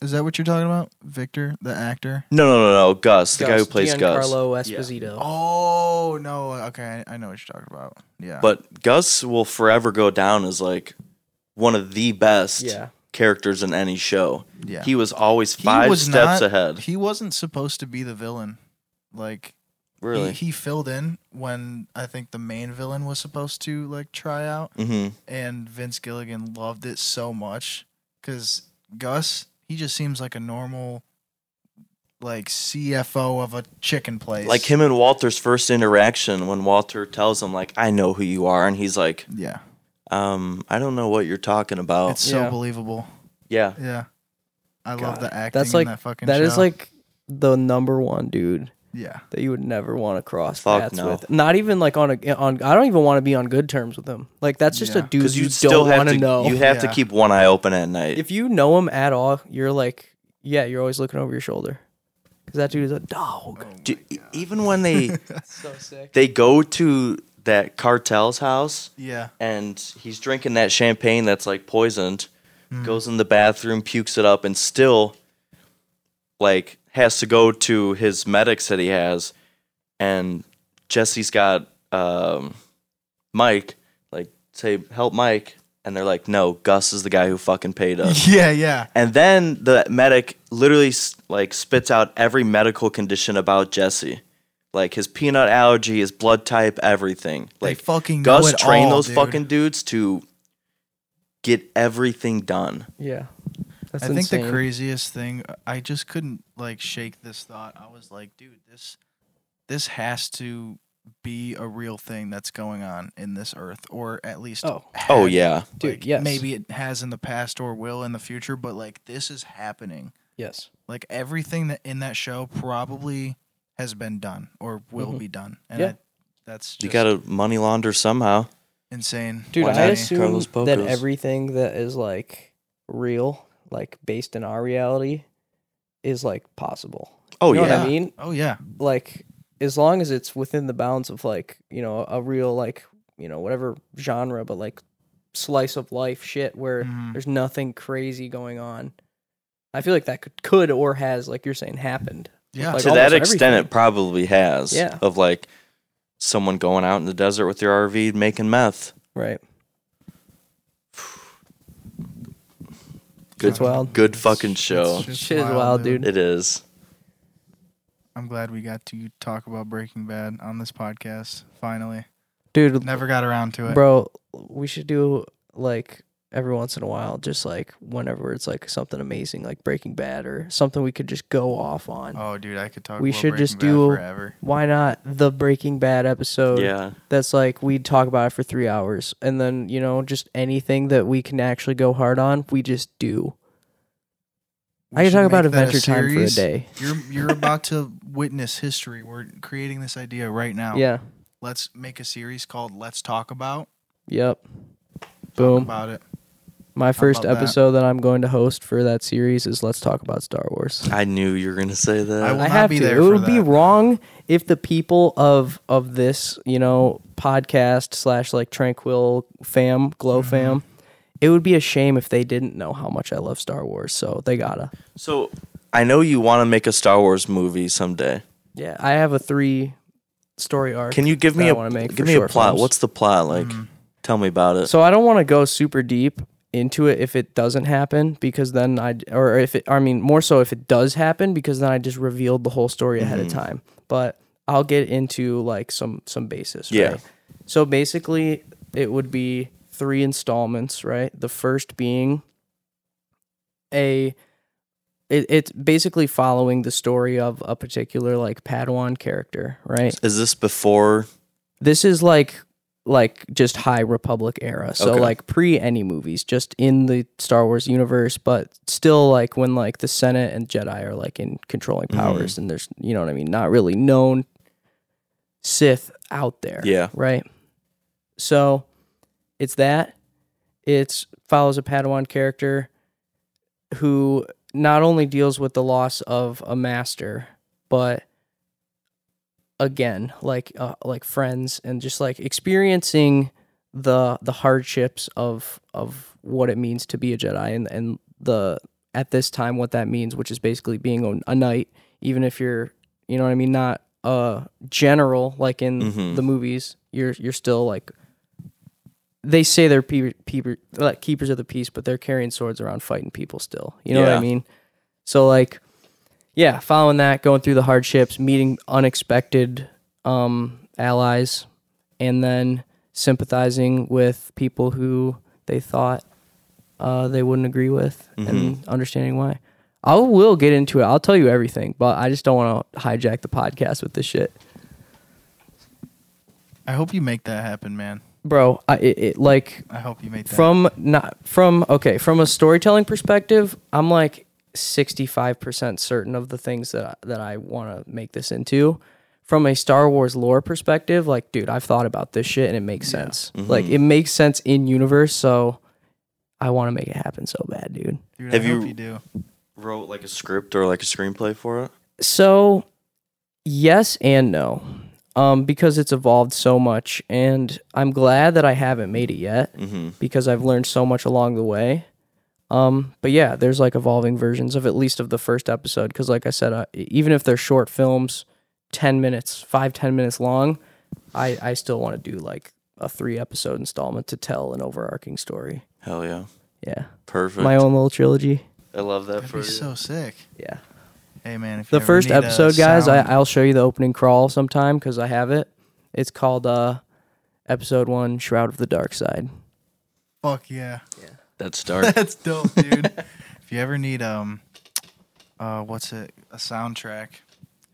Speaker 1: that what you're talking about? Victor, the actor.
Speaker 6: no, no, no, no. Gus, the guy who plays Gus.
Speaker 5: Carlo
Speaker 6: Yeah.
Speaker 5: Esposito.
Speaker 1: Oh no! Okay, I, I know what you're talking about. Yeah,
Speaker 6: But Gus will forever go down as like one of the best
Speaker 5: Yeah.
Speaker 6: characters in any show.
Speaker 1: yeah,
Speaker 6: He was always five steps ahead.
Speaker 1: He wasn't supposed to be the villain. Like
Speaker 6: Really.
Speaker 1: he, he filled in when I think the main villain was supposed to like try out,
Speaker 6: hmm
Speaker 1: and Vince Gilligan loved it so much because Gus he just seems like a normal like CFO of a chicken place.
Speaker 6: Like him and Walter's first interaction when Walter tells him like, "I know who you are," and he's like,
Speaker 1: Yeah,
Speaker 6: "Um, I don't know what you're talking about."
Speaker 1: it's so
Speaker 5: Yeah.
Speaker 1: believable.
Speaker 6: yeah.
Speaker 1: Yeah, I love
Speaker 5: God.
Speaker 1: the acting.
Speaker 5: That's
Speaker 1: in
Speaker 5: like
Speaker 1: that fucking.
Speaker 5: that is
Speaker 1: show.
Speaker 5: like the number one dude
Speaker 1: yeah.
Speaker 5: that you would never want to cross
Speaker 6: Fuck
Speaker 5: paths
Speaker 6: no.
Speaker 5: with. Not even like on a on. I don't even want to be on good terms with him. Like that's just a
Speaker 1: Yeah.
Speaker 5: dude you,
Speaker 6: you still
Speaker 5: don't
Speaker 6: have
Speaker 5: want
Speaker 6: to
Speaker 5: to know.
Speaker 6: you have to
Speaker 1: Yeah.
Speaker 6: keep one eye open at night.
Speaker 5: if you know him at all, you're like, yeah, you're always looking over your shoulder because that dude is a dog.
Speaker 6: Do- even when they
Speaker 5: So sick.
Speaker 6: they go to that cartel's house,
Speaker 1: Yeah,
Speaker 6: and he's drinking that champagne that's like poisoned, goes in the bathroom, pukes it up, and still like has to go to his medics that he has. And Jesse's got um, Mike, like, say, help Mike. And they're like, no, Gus is the guy who fucking paid us.
Speaker 1: yeah, yeah.
Speaker 6: and then the medic literally s- like spits out every medical condition about Jesse. Like his peanut allergy, his blood type, everything.
Speaker 1: They
Speaker 6: Like
Speaker 1: fucking know
Speaker 6: Gus
Speaker 1: it
Speaker 6: trained
Speaker 1: all,
Speaker 6: those
Speaker 1: dude.
Speaker 6: fucking dudes to get everything done.
Speaker 5: Yeah, That's
Speaker 1: I think the
Speaker 5: insane.
Speaker 1: craziest thing I just couldn't like shake this thought. I was like, dude, this this has to be a real thing that's going on in this earth or at least
Speaker 5: Oh.
Speaker 6: Oh
Speaker 1: had.
Speaker 6: yeah.
Speaker 5: Dude,
Speaker 1: Like,
Speaker 5: yes.
Speaker 1: Maybe it has in the past or will in the future, but like this is happening.
Speaker 5: Yes.
Speaker 1: Like everything that in that show probably has been done or will
Speaker 5: Mhm.
Speaker 1: be done. And
Speaker 5: Yeah.
Speaker 1: I, that's just
Speaker 6: You got to money launder somehow.
Speaker 1: insane.
Speaker 5: Dude,
Speaker 1: Why
Speaker 5: I
Speaker 1: not?
Speaker 5: assume
Speaker 6: Carlos
Speaker 5: that
Speaker 6: Pocos.
Speaker 5: everything that is like real, like based in our reality, is like possible.
Speaker 6: Oh
Speaker 5: you know
Speaker 6: yeah.
Speaker 5: what I mean?
Speaker 1: Oh yeah.
Speaker 5: Like as long as it's within the bounds of like, you know, a real like, you know, whatever genre, but like slice of life shit where
Speaker 1: Mhm.
Speaker 5: there's nothing crazy going on. I feel like that could, could or has, like you're saying, happened.
Speaker 1: Yeah.
Speaker 5: like,
Speaker 6: to that
Speaker 5: almost
Speaker 6: extent,
Speaker 5: everything.
Speaker 6: it probably has.
Speaker 5: Yeah.
Speaker 6: Of like someone going out in the desert with their RV making meth.
Speaker 5: Right.
Speaker 6: Good,
Speaker 5: It's wild.
Speaker 6: good fucking show.
Speaker 1: It's just
Speaker 5: Shit is wild, dude.
Speaker 6: It is.
Speaker 1: I'm glad we got to talk about Breaking Bad on this podcast. Finally,
Speaker 5: Dude,
Speaker 1: never got around to it.
Speaker 5: bro, we should do like every once in a while, just like whenever it's like something amazing, like Breaking Bad or something we could just go off on.
Speaker 1: Oh, dude, I could talk.
Speaker 5: We
Speaker 1: about
Speaker 5: should
Speaker 1: Breaking
Speaker 5: just
Speaker 1: Bad
Speaker 5: do-
Speaker 1: forever.
Speaker 5: Why not the Breaking Bad episode?
Speaker 6: Yeah.
Speaker 5: That's like we talk about it for three hours, and then you know just anything that we can actually go hard on, we just do. I
Speaker 1: We
Speaker 5: can
Speaker 1: should
Speaker 5: talk about
Speaker 1: make that
Speaker 5: Adventure Time for a
Speaker 1: series.
Speaker 5: day.
Speaker 1: You're you're about to witness history. We're creating this idea right now.
Speaker 5: Yeah.
Speaker 1: Let's make a series called "Let's Talk About."
Speaker 5: Yep.
Speaker 1: Talk
Speaker 5: Boom.
Speaker 1: about it.
Speaker 5: My first
Speaker 1: about that?
Speaker 5: episode that I'm going to host for that series is Let's Talk About Star Wars.
Speaker 6: I knew you were gonna say that.
Speaker 1: I will
Speaker 5: I
Speaker 1: not
Speaker 5: have
Speaker 1: be
Speaker 5: to.
Speaker 1: there
Speaker 5: it
Speaker 1: for
Speaker 5: would be
Speaker 1: that.
Speaker 5: wrong if the people of of this, you know, podcast slash like tranquil fam, glow
Speaker 6: Mm-hmm.
Speaker 5: fam. It would be a shame if they didn't know how much I love Star Wars, so they gotta.
Speaker 6: so I know you want to make a Star Wars movie someday.
Speaker 5: Yeah, I have a three story arc.
Speaker 6: Can you give
Speaker 5: that
Speaker 6: me
Speaker 5: I
Speaker 6: a
Speaker 5: wanna make for
Speaker 6: give me a
Speaker 5: short
Speaker 6: plot?
Speaker 5: films. Mm.
Speaker 6: What's the plot like? Tell me about it.
Speaker 5: So I don't want to go super deep into it if it doesn't happen because then I or if it I mean more so if it does happen because then I just revealed the whole story ahead
Speaker 6: Mm-hmm.
Speaker 5: of time. But I'll get into like some some basis.
Speaker 6: Yeah.
Speaker 5: Right? So basically, it would be three installments, right? The first being a it, it's basically following the story of a particular like Padawan character, right?
Speaker 6: Is this before?
Speaker 5: this is like like just high republic era so
Speaker 6: Okay.
Speaker 5: like pre any movies just in the star wars universe but still like when like the senate and jedi are like in controlling
Speaker 6: Mm-hmm.
Speaker 5: powers and there's you know what i mean not really known sith out there
Speaker 6: Yeah.
Speaker 5: right so it's that it's follows a padawan character who not only deals with the loss of a master but again like uh, like friends and just like experiencing the the hardships of of what it means to be a jedi and and the at this time what that means which is basically being a, a knight even if you're you know what i mean not a general like in
Speaker 6: Mhm.
Speaker 5: the movies you're you're still like they say they're pe- peeper, like keepers of the peace but they're carrying swords around fighting people still you know what
Speaker 6: Yeah.
Speaker 5: i mean so like yeah, following that, going through the hardships, meeting unexpected um, allies, and then sympathizing with people who they thought uh, they wouldn't agree with, and understanding why. I will get into it. I'll tell you everything, but I just don't want to hijack the podcast with this shit,
Speaker 1: I hope you make that happen, man.
Speaker 5: bro. I it, it like
Speaker 1: I hope you make that.
Speaker 5: from not from okay from a storytelling perspective i'm like 65% certain of the things that I, that i want to make this into from a star wars lore perspective like dude i've thought about this shit and it makes sense like it makes sense in universe so i want to make it happen so bad dude
Speaker 1: dude,
Speaker 6: have
Speaker 1: I hope
Speaker 6: you-
Speaker 1: you do.
Speaker 6: Wrote like a script or like a screenplay for it.
Speaker 5: So, yes and no, um, because it's evolved so much, and I'm glad that I haven't made it yet
Speaker 6: Mm-hmm.
Speaker 5: because I've learned so much along the way. Um, but yeah, there's like evolving versions of at least of the first episode because, like I said, I, e, even if they're short films, ten minutes, five ten minutes long, I I still want to do like a three episode installment to tell an overarching story.
Speaker 6: Hell yeah.
Speaker 5: Yeah,
Speaker 6: Perfect.
Speaker 5: my own little trilogy.
Speaker 6: I love that
Speaker 1: That'd
Speaker 6: for
Speaker 1: be
Speaker 6: you.
Speaker 1: so sick.
Speaker 5: Yeah.
Speaker 1: Hey, man. If you
Speaker 5: the
Speaker 1: ever
Speaker 5: first
Speaker 1: need a
Speaker 5: episode, guys. I,
Speaker 1: sound-
Speaker 5: I'll show you the opening crawl sometime because I have it. It's called uh, episode one, Shroud of the Dark Side.
Speaker 1: Fuck yeah.
Speaker 6: That's dark.
Speaker 1: That's dope, dude. if If you ever need um, uh, what's it? A soundtrack.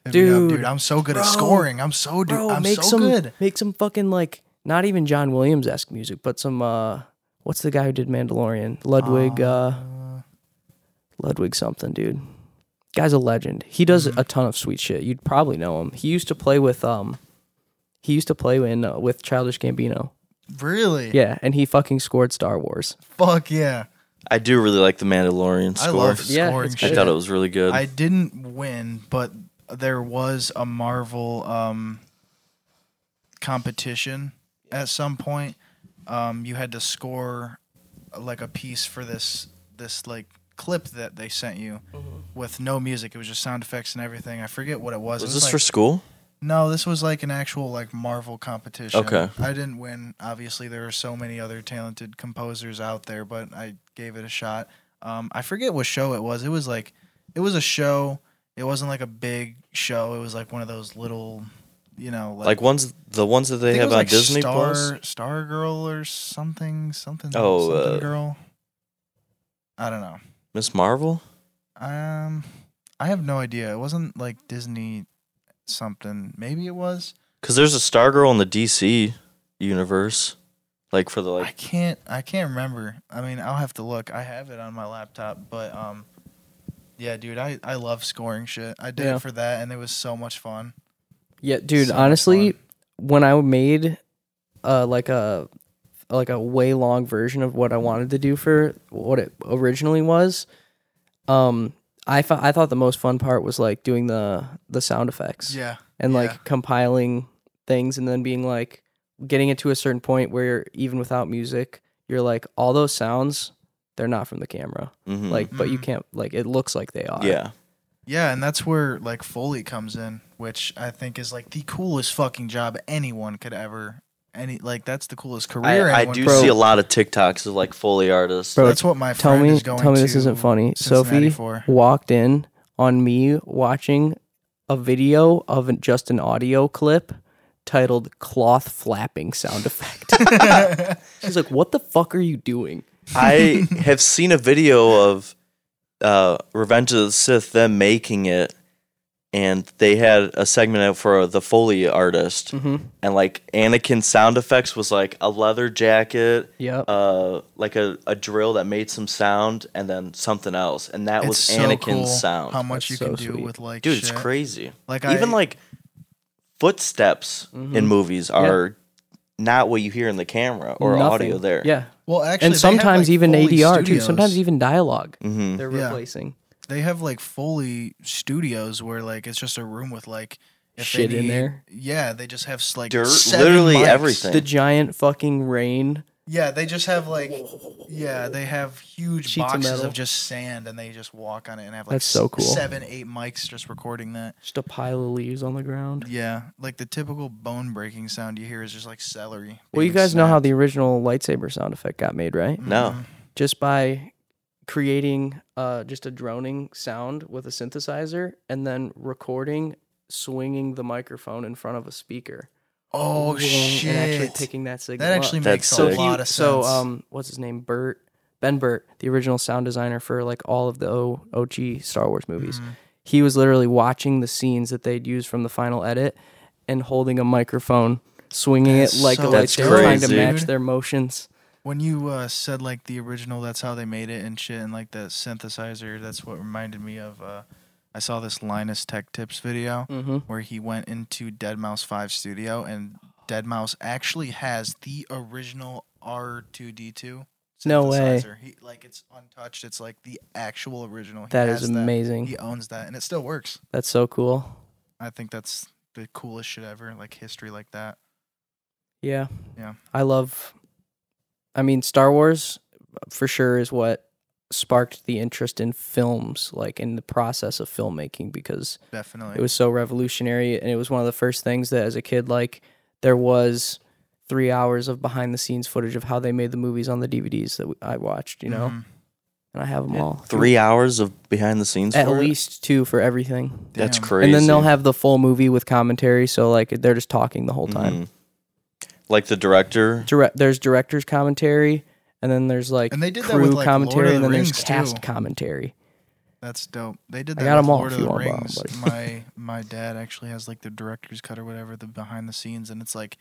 Speaker 1: hit me up,
Speaker 5: Dude.
Speaker 1: dude, I'm so good at
Speaker 5: Bro.
Speaker 1: scoring. I'm so dude.
Speaker 5: Bro,
Speaker 1: I'm
Speaker 5: make
Speaker 1: so
Speaker 5: some
Speaker 1: good.
Speaker 5: make some fucking like not even John Williams esque music, but some uh what's the guy who did Mandalorian? Ludwig uh Ludwig something, dude. Guy's a legend. He does
Speaker 1: Mm-hmm.
Speaker 5: a ton of sweet shit. You'd probably know him. He used to play with um he used to play in uh, with Childish Gambino.
Speaker 1: Really?
Speaker 5: Yeah, and he fucking scored Star Wars.
Speaker 1: Fuck yeah.
Speaker 6: I do really like the Mandalorian
Speaker 1: I
Speaker 6: score.
Speaker 1: love
Speaker 5: Yeah,
Speaker 1: scoring.
Speaker 5: it's
Speaker 6: I
Speaker 1: shit.
Speaker 6: thought it was really good.
Speaker 1: I didn't win, but there was a Marvel um, competition at some point. Um, you had to score uh, like a piece for this this like clip that they sent you with no music. It was just sound effects and everything. I forget what it was.
Speaker 6: was
Speaker 1: it
Speaker 6: this
Speaker 1: like,
Speaker 6: for school?
Speaker 1: no, this was like an actual like Marvel competition.
Speaker 6: Okay.
Speaker 1: I didn't win. Obviously, there are so many other talented composers out there, but I gave it a shot. Um, I forget what show it was. It was like, it was a show. It wasn't like a big show. It was like one of those little, you know, like,
Speaker 6: Like ones the ones that
Speaker 1: I
Speaker 6: they
Speaker 1: think it
Speaker 6: have
Speaker 1: was,
Speaker 6: on
Speaker 1: like,
Speaker 6: Disney
Speaker 1: Star
Speaker 6: Plus.
Speaker 1: Star Girl or something, something.
Speaker 6: Oh,
Speaker 1: something
Speaker 6: uh,
Speaker 1: girl. I don't know.
Speaker 6: Miss Marvel.
Speaker 1: Um, I have no idea. It wasn't like Disney something. Maybe it was.
Speaker 6: Because there's a Stargirl in the DC universe. Like for the
Speaker 1: I
Speaker 6: like
Speaker 1: can't I can't remember. I mean, I'll have to look. I have it on my laptop, but um yeah, dude, I I love scoring shit. I did
Speaker 5: Yeah.
Speaker 1: it for that and it was so much fun.
Speaker 5: Yeah, dude.
Speaker 1: So much
Speaker 5: honestly,
Speaker 1: fun.
Speaker 5: when I made uh like a like a way long version of what I wanted to do for what it originally was, um, I thought I thought the most fun part was like doing the the sound effects
Speaker 1: Yeah.
Speaker 5: and like
Speaker 1: yeah.
Speaker 5: compiling things and then being like getting it to a certain point where even without music, you're like all those sounds they're not from the camera,
Speaker 6: mhm.
Speaker 5: like but you
Speaker 1: Mhm.
Speaker 5: can't like it looks like they are.
Speaker 6: yeah.
Speaker 1: Yeah, and that's where like Foley comes in, which I think is like the coolest fucking job anyone could ever any like that's the coolest career
Speaker 6: I, I
Speaker 1: anyone
Speaker 6: do
Speaker 1: could-
Speaker 5: Bro.
Speaker 6: see a lot of TikToks of like Foley artists.
Speaker 5: Bro,
Speaker 1: That's what my
Speaker 5: tell
Speaker 1: friend
Speaker 5: me
Speaker 1: is going
Speaker 5: tell me
Speaker 1: to
Speaker 5: this isn't funny
Speaker 1: Cincinnati
Speaker 5: sophie
Speaker 1: for.
Speaker 5: walked in on me watching a video of an- just an audio clip titled cloth flapping sound effect she's like what the fuck are you doing
Speaker 6: I have seen a video of uh, Revenge of the Sith them making it, and they had a segment out for the Foley artist,
Speaker 1: Mm-hmm.
Speaker 6: and like Anakin's sound effects was like a leather jacket,
Speaker 5: Yep.
Speaker 6: uh, like a, a drill that made some sound, and then something else, and that was
Speaker 1: It's so
Speaker 6: Anakin's
Speaker 1: cool
Speaker 6: sound.
Speaker 1: How much
Speaker 5: That's
Speaker 1: you can
Speaker 5: so
Speaker 1: do
Speaker 5: sweet.
Speaker 1: with like
Speaker 6: Dude,
Speaker 1: shit.
Speaker 6: it's crazy.
Speaker 1: Like
Speaker 6: Even
Speaker 1: I-
Speaker 6: like footsteps
Speaker 5: Mm-hmm.
Speaker 6: in movies are. Not what you hear in the camera or
Speaker 5: Nothing.
Speaker 6: audio there.
Speaker 5: yeah
Speaker 1: Well, actually, they
Speaker 5: and
Speaker 1: have,
Speaker 5: sometimes
Speaker 1: like,
Speaker 5: even
Speaker 1: Foley
Speaker 5: adr too
Speaker 1: studios. Mm-hmm.
Speaker 5: sometimes even dialog
Speaker 6: Mhm.
Speaker 5: they're
Speaker 1: Yeah.
Speaker 5: replacing
Speaker 1: they have like Foley studios where like it's just a room with like if they
Speaker 5: Shit in
Speaker 1: need-
Speaker 5: there?
Speaker 1: Yeah, they just have like
Speaker 6: Dirt,
Speaker 1: seven
Speaker 6: literally
Speaker 1: mics.
Speaker 6: everything.
Speaker 5: the giant fucking rain
Speaker 1: Yeah, they just have like yeah, they have huge
Speaker 5: Sheets of
Speaker 1: boxes
Speaker 5: metal.
Speaker 1: of just sand and they just walk on it and have like
Speaker 5: That's so
Speaker 1: s-
Speaker 5: cool.
Speaker 1: seven, eight mics just recording that.
Speaker 5: just a pile of leaves on the ground
Speaker 1: Yeah, like the typical bone breaking sound you hear is just like celery.
Speaker 5: well you
Speaker 1: being
Speaker 5: guys know how
Speaker 1: snapped. Mm-hmm.
Speaker 5: the original lightsaber sound effect got made right
Speaker 6: No.
Speaker 5: just by creating uh, just a droning sound with a synthesizer and then recording swinging the microphone in front of a speaker
Speaker 1: oh shit
Speaker 5: and actually picking that signal
Speaker 1: that actually
Speaker 5: up.
Speaker 1: makes
Speaker 6: That's
Speaker 1: a
Speaker 6: sick.
Speaker 1: lot of sense.
Speaker 5: so um what's his name bert ben burt the original sound designer for like all of the o- og star wars movies
Speaker 1: Mm-hmm.
Speaker 5: he was literally watching the scenes that they'd use from the final edit and holding a microphone swinging
Speaker 1: That's
Speaker 5: it like
Speaker 1: so
Speaker 5: a lightsaber
Speaker 6: dope,
Speaker 5: trying to
Speaker 6: dude.
Speaker 5: match their motions
Speaker 1: When you uh, said like the original, that's how they made it and shit, and like the synthesizer, that's what reminded me of. Uh, I saw this Linus Tech Tips video where he went into Dead Mouse Five Studio, and Dead Mouse actually has the original R two D two.
Speaker 5: No way.
Speaker 1: He, like it's untouched. It's like the actual original. He
Speaker 5: That is
Speaker 1: has
Speaker 5: amazing.
Speaker 1: He owns that, and it still works.
Speaker 5: that's so cool
Speaker 1: I think that's the coolest shit ever. Like history like that.
Speaker 5: Yeah.
Speaker 1: Yeah.
Speaker 5: I love I mean Star Wars for sure is what sparked the interest in films like in the process of filmmaking because
Speaker 1: Definitely.
Speaker 5: it was so revolutionary and it was one of the first things that as a kid like there was 3 hours of behind the scenes footage of how they made the movies on the DVDs that w- I watched, you know.
Speaker 1: Mhm.
Speaker 5: And I have them all.
Speaker 6: Three hours of behind the scenes.
Speaker 5: at
Speaker 6: for it?
Speaker 5: least two for everything.
Speaker 6: That's
Speaker 1: Damn.
Speaker 6: crazy.
Speaker 5: And then they'll have the full movie with commentary so like they're
Speaker 6: Mm-hmm.
Speaker 5: just talking the whole time.
Speaker 6: Mhm. like the director.
Speaker 5: direct there's director's commentary and then there's like
Speaker 1: And they did that
Speaker 5: crew
Speaker 1: with, like,
Speaker 5: commentary,
Speaker 1: Lord of
Speaker 5: and
Speaker 1: the
Speaker 5: then there's
Speaker 1: Rings,
Speaker 5: cast
Speaker 1: too.
Speaker 5: commentary.
Speaker 1: That's dope. They did
Speaker 5: I
Speaker 1: that.
Speaker 5: got 'em
Speaker 1: with
Speaker 5: all
Speaker 1: Lord
Speaker 5: if
Speaker 1: of the
Speaker 5: you want 'em,
Speaker 1: Rings.
Speaker 5: buddy.
Speaker 1: my my dad actually has like the director's cut or whatever, the behind the scenes, and it's like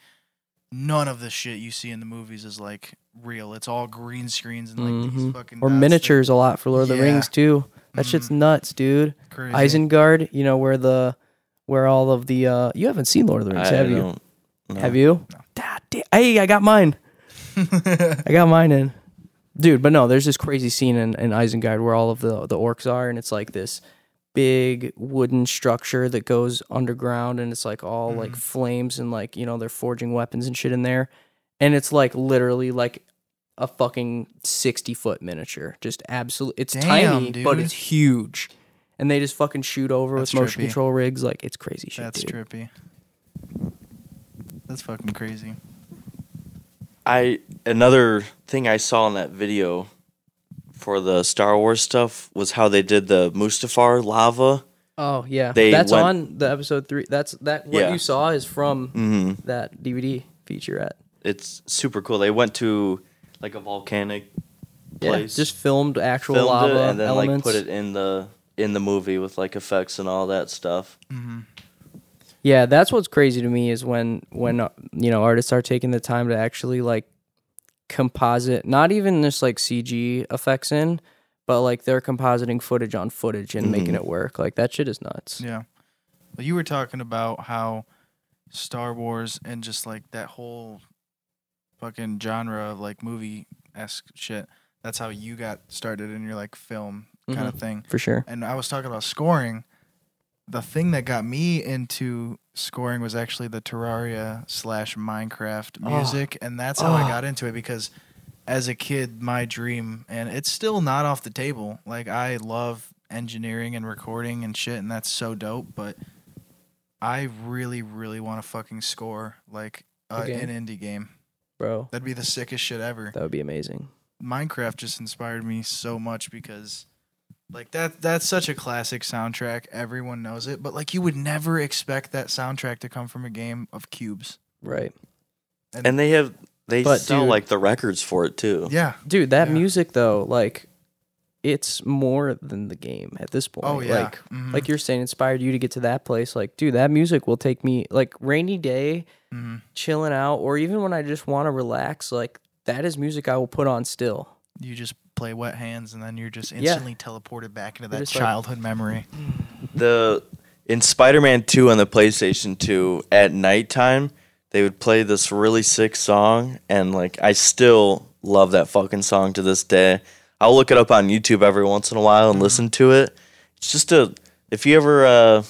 Speaker 1: none of the shit you see in the movies is like real. It's all green screens and like these
Speaker 5: Mhm.
Speaker 1: fucking
Speaker 5: Or
Speaker 1: dots that-
Speaker 5: miniatures a lot for Lord of the
Speaker 1: Yeah. Mm-hmm.
Speaker 5: Rings too. That shit's nuts, dude.
Speaker 1: Crazy.
Speaker 5: Isengard, you know where the where all of the uh you haven't seen Lord of the Rings, have you?
Speaker 6: don't know.
Speaker 5: Have you? God da- hey, I got mine. I got mine in. Dude, but no, there's this crazy scene in, in Isengard where all of the, the orcs are, and it's like this big wooden structure that goes underground, and it's like all
Speaker 1: Mm.
Speaker 5: like flames, and like, you know, they're forging weapons and shit in there. And it's like literally like a fucking 60 foot miniature. Just absolute. It's
Speaker 1: Damn,
Speaker 5: tiny, but
Speaker 1: dude.
Speaker 5: it's huge. And they just fucking shoot over
Speaker 1: That's
Speaker 5: with motion
Speaker 1: trippy.
Speaker 5: control rigs. Like, it's crazy shit.
Speaker 1: That's
Speaker 5: dude.
Speaker 1: trippy. That's fucking crazy.
Speaker 6: I another thing I saw in that video for the Star Wars stuff was how they did the Mustafar lava.
Speaker 5: Oh yeah,
Speaker 6: They
Speaker 5: that's
Speaker 6: went-
Speaker 5: on the episode three. That's that what
Speaker 6: Yeah.
Speaker 5: you saw is from that DVD featurette.
Speaker 6: It's super cool. They went to like a volcanic
Speaker 5: Yeah,
Speaker 6: place,
Speaker 5: just filmed actual
Speaker 6: filmed
Speaker 5: lava
Speaker 6: it, and then
Speaker 5: elements.
Speaker 6: like put it in the in the movie with like effects and all that stuff.
Speaker 5: Yeah, that's what's crazy to me is when when uh, you know artists are taking the time to actually like composite, not even just like CG effects in, but like they're compositing footage on footage and
Speaker 6: Mm-hmm.
Speaker 5: making it work. Like that shit is nuts.
Speaker 1: Yeah. Well, you were talking about how Star Wars and just like that whole fucking genre of like movie esque shit. That's how you got started in your like film kind of thing.
Speaker 5: For sure.
Speaker 1: And I was talking about scoring. The thing that got me into scoring was actually the Terraria slash Minecraft music, and that's how I got into it because as a kid, my dream, and it's still not off the table. Like I love engineering and recording and shit, and that's so dope. But I really, really want to fucking score like uh,
Speaker 5: A game?
Speaker 1: an indie game.
Speaker 5: Bro,
Speaker 1: That'd be the sickest shit ever.
Speaker 5: that would be amazing.
Speaker 1: Minecraft just inspired me so much because like that that's such a classic soundtrack. Everyone knows it, but like you would never expect that soundtrack to come from a game of cubes.
Speaker 5: Right.
Speaker 6: And they have they
Speaker 5: But,
Speaker 6: sell
Speaker 5: dude-
Speaker 6: like the records for it
Speaker 5: Oh,
Speaker 6: too.
Speaker 1: Yeah.
Speaker 5: dude that
Speaker 1: Yeah.
Speaker 5: music though like it's more than the game at this point
Speaker 1: Oh, yeah.
Speaker 5: like
Speaker 1: Mhm.
Speaker 6: Mm-hmm.
Speaker 5: like you're saying inspired you to get to that place like dude that music will take me like rainy day
Speaker 1: Mhm.
Speaker 5: chilling out or even when i just want to relax like that is music i will put on still
Speaker 1: You just play wet hands and then you're just
Speaker 5: Yeah.
Speaker 1: instantly teleported back into that
Speaker 5: just like-
Speaker 1: childhood memory.
Speaker 6: the in Spider-Man 2 on the PlayStation 2 at nighttime, they would play this really sick song and like I still love that fucking song to this day. I'll look it up on YouTube every once in a while
Speaker 1: Mm-hmm.
Speaker 6: and listen to it. It's just a if you ever uh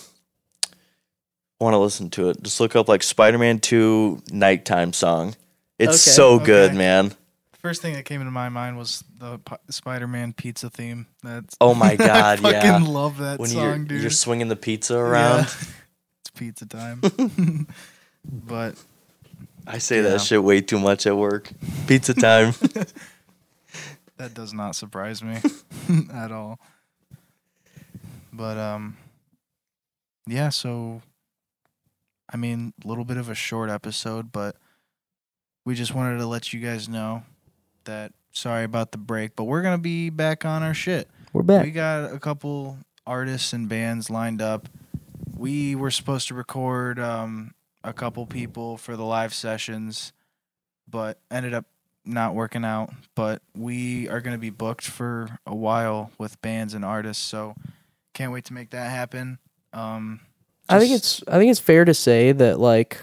Speaker 6: want to listen to it, just look up like Spider-Man 2 nighttime song. It's
Speaker 5: Okay,
Speaker 6: so good,
Speaker 1: okay.
Speaker 6: man.
Speaker 1: First thing that came into my mind was the P- Spider-Man pizza theme. That's
Speaker 6: Oh my god,
Speaker 1: I
Speaker 6: yeah.
Speaker 1: fucking love that
Speaker 6: when
Speaker 1: song,
Speaker 6: you're
Speaker 1: dude.
Speaker 6: you're swinging the pizza around,
Speaker 1: Yeah. it's pizza time. but
Speaker 6: I say
Speaker 1: Yeah.
Speaker 6: that shit way too much at work. Pizza time.
Speaker 1: That does not surprise me at all. But um yeah, so I mean, a little bit of a short episode, but we just wanted to let you guys know that sorry about the break, but we're going to be back on our shit.
Speaker 5: we're back
Speaker 1: We got a couple artists and bands lined up. We were supposed to record um, a couple people for the live sessions, but ended up not working out. But we are going to be booked for a while with bands and artists, so can't wait to make that happen. Um,
Speaker 5: i think
Speaker 1: just-
Speaker 5: it's i think it's fair to say that like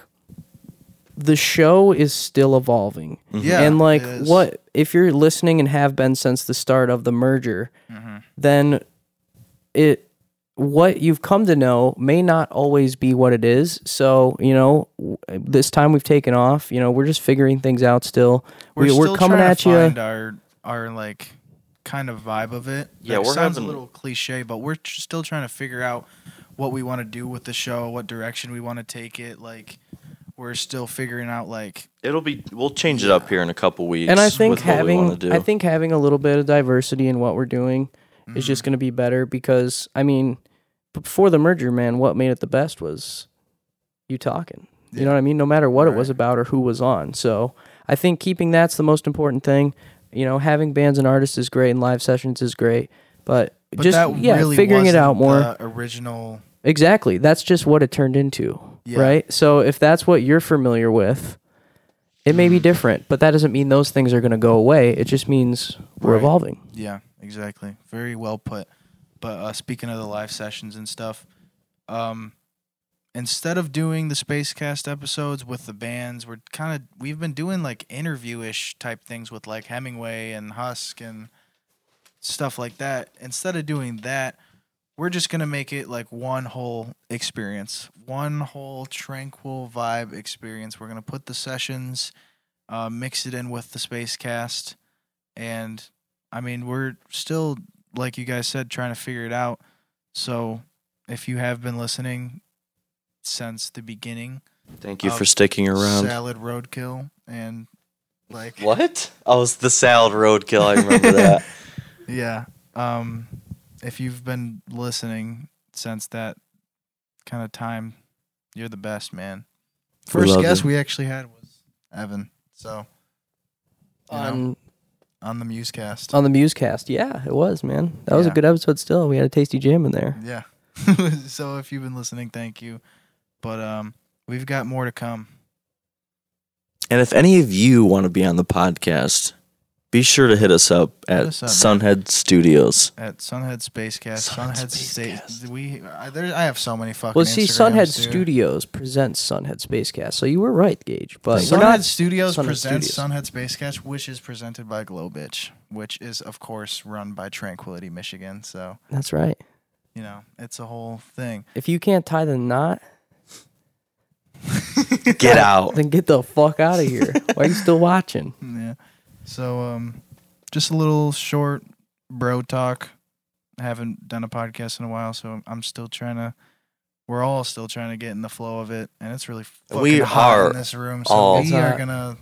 Speaker 5: the show is still evolving
Speaker 1: Mm-hmm. yeah,
Speaker 5: and like
Speaker 1: it is.
Speaker 5: what if you're listening and have been since the start of the merger
Speaker 1: Mm-hmm.
Speaker 5: then it what you've come to know may not always be what it is so you know w- this time we've taken off you know we're just figuring things out still
Speaker 1: we're,
Speaker 5: we,
Speaker 1: still
Speaker 5: we're coming
Speaker 1: trying
Speaker 5: at
Speaker 1: to
Speaker 5: you
Speaker 1: find our our like kind of vibe of it.
Speaker 6: Yeah,
Speaker 1: Like,
Speaker 6: we're
Speaker 1: sounds
Speaker 6: having-
Speaker 1: a little cliche, but we're tr- still trying to figure out what we want to do with the show, what direction we want to take it. Like we're still figuring out like
Speaker 6: It'll be. We'll change it up here in a couple weeks.
Speaker 5: and i think
Speaker 6: with what we wanna
Speaker 5: having
Speaker 6: do.
Speaker 5: i think having a little bit of diversity in what we're doing is just going to be better because i mean before the merger man what made it the best was you talking you know what i mean no matter what it was about or who was on so i think keeping that's the most important thing You know, having bands and artists is great, and live sessions is great, but,
Speaker 1: But
Speaker 5: just
Speaker 1: that
Speaker 5: yeah,
Speaker 1: really
Speaker 5: figuring it
Speaker 1: wasn't
Speaker 5: out more.
Speaker 1: The original.
Speaker 5: Exactly. That's just what it turned into.
Speaker 1: Yeah.
Speaker 5: Right? So if that's what you're familiar with, it may be
Speaker 1: Mm.
Speaker 5: different, but that doesn't mean those things are going to go away. It just means we're
Speaker 1: Right.
Speaker 5: evolving.
Speaker 1: Yeah, exactly. Very well put. But uh, speaking of the live sessions and stuff, um, instead of doing the Spacecast episodes with the bands, we're kind of we've been doing like interview-ish type things with like Hemingway and Husk and stuff like that. Instead of doing that, we're just gonna make it like one whole experience, one whole tranquil vibe experience. We're gonna put the sessions, uh, mix it in with the Spacecast, and I mean, we're still, like you guys said, trying to figure it out. So if you have been listening since the beginning,
Speaker 6: Thank you
Speaker 1: Um,
Speaker 6: for sticking around.
Speaker 1: Salad Roadkill and like
Speaker 6: what? I was the salad roadkill. I remember that.
Speaker 1: Yeah. Um if you've been listening since that kind of time, you're the best, man.
Speaker 6: We
Speaker 1: First
Speaker 6: love
Speaker 1: guest
Speaker 6: you.
Speaker 1: we actually had was Evan. So you know,
Speaker 5: On
Speaker 1: on the Musecast.
Speaker 5: on the Musecast. Yeah, it was, man. That was a
Speaker 1: Yeah.
Speaker 5: good episode still. We had a tasty jam in there.
Speaker 1: Yeah. so if you've been listening, thank you. But um we've got more to come.
Speaker 6: And if any of you want to be on the podcast, be sure to hit us up at
Speaker 1: us up,
Speaker 6: Sunhead Studios.
Speaker 1: at Sunhead Spacecast.
Speaker 6: Sunhead
Speaker 1: Sunhead, Spacecast.
Speaker 6: Spacecast.
Speaker 1: we I, there, I have so many fucking.
Speaker 5: Well, see,
Speaker 1: Instagrams,
Speaker 5: Sunhead
Speaker 1: dude.
Speaker 5: Studios presents Sunhead Spacecast. So you were right, Gage. But
Speaker 1: Sunhead
Speaker 5: we're not.
Speaker 1: Studios
Speaker 5: Sunhead
Speaker 1: presents
Speaker 5: Studios.
Speaker 1: Sunhead Spacecast, which is presented by Glowbitch, which is of course run by Tranquility Michigan. So
Speaker 5: That's right.
Speaker 1: you know it's a whole thing.
Speaker 5: If you can't tie the knot,
Speaker 6: Get out.
Speaker 5: then get the fuck out of here. Why are you still watching?
Speaker 1: Yeah. So um, just a little short bro talk. I haven't done a podcast in a while, so I'm, I'm still trying to. We're all still trying to get in the flow of it, and it's really fucking
Speaker 6: We
Speaker 1: hot
Speaker 6: are
Speaker 1: in this room. So
Speaker 6: all-
Speaker 1: we are gonna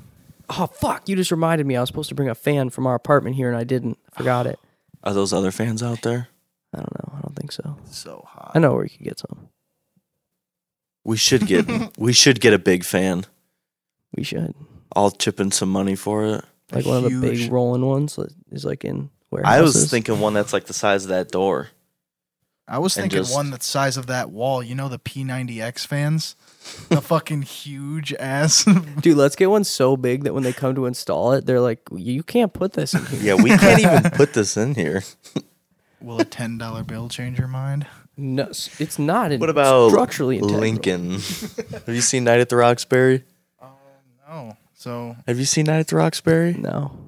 Speaker 5: Oh fuck! You just reminded me. I was supposed to bring a fan from our apartment here, and I didn't. I forgot it.
Speaker 6: Are those other fans out there?
Speaker 5: I don't know. I don't think so.
Speaker 1: so hot.
Speaker 5: I know where you could get some.
Speaker 6: We should get we should get a big fan.
Speaker 5: We should
Speaker 6: I'll chip in some money for it.
Speaker 5: like one of the
Speaker 1: Huge.
Speaker 5: big rolling ones that is like in where
Speaker 6: I was thinking one that's like the size of that door.
Speaker 1: I was
Speaker 6: and
Speaker 1: thinking
Speaker 6: just-
Speaker 1: one that's size of that wall. You know the P90X fans, the fucking huge ass.
Speaker 5: dude, let's get one so big that when they come to install it, they're like, "You can't put this in here."
Speaker 6: Yeah, we can't even put this in here.
Speaker 1: Will a ten dollar bill change your mind?
Speaker 5: No, s- it's not. In,
Speaker 6: What about
Speaker 5: structurally integral.
Speaker 6: Lincoln? Have you seen Night at the Roxbury?
Speaker 1: Oh, so
Speaker 6: Have you seen Night at the Roxbury?
Speaker 5: No.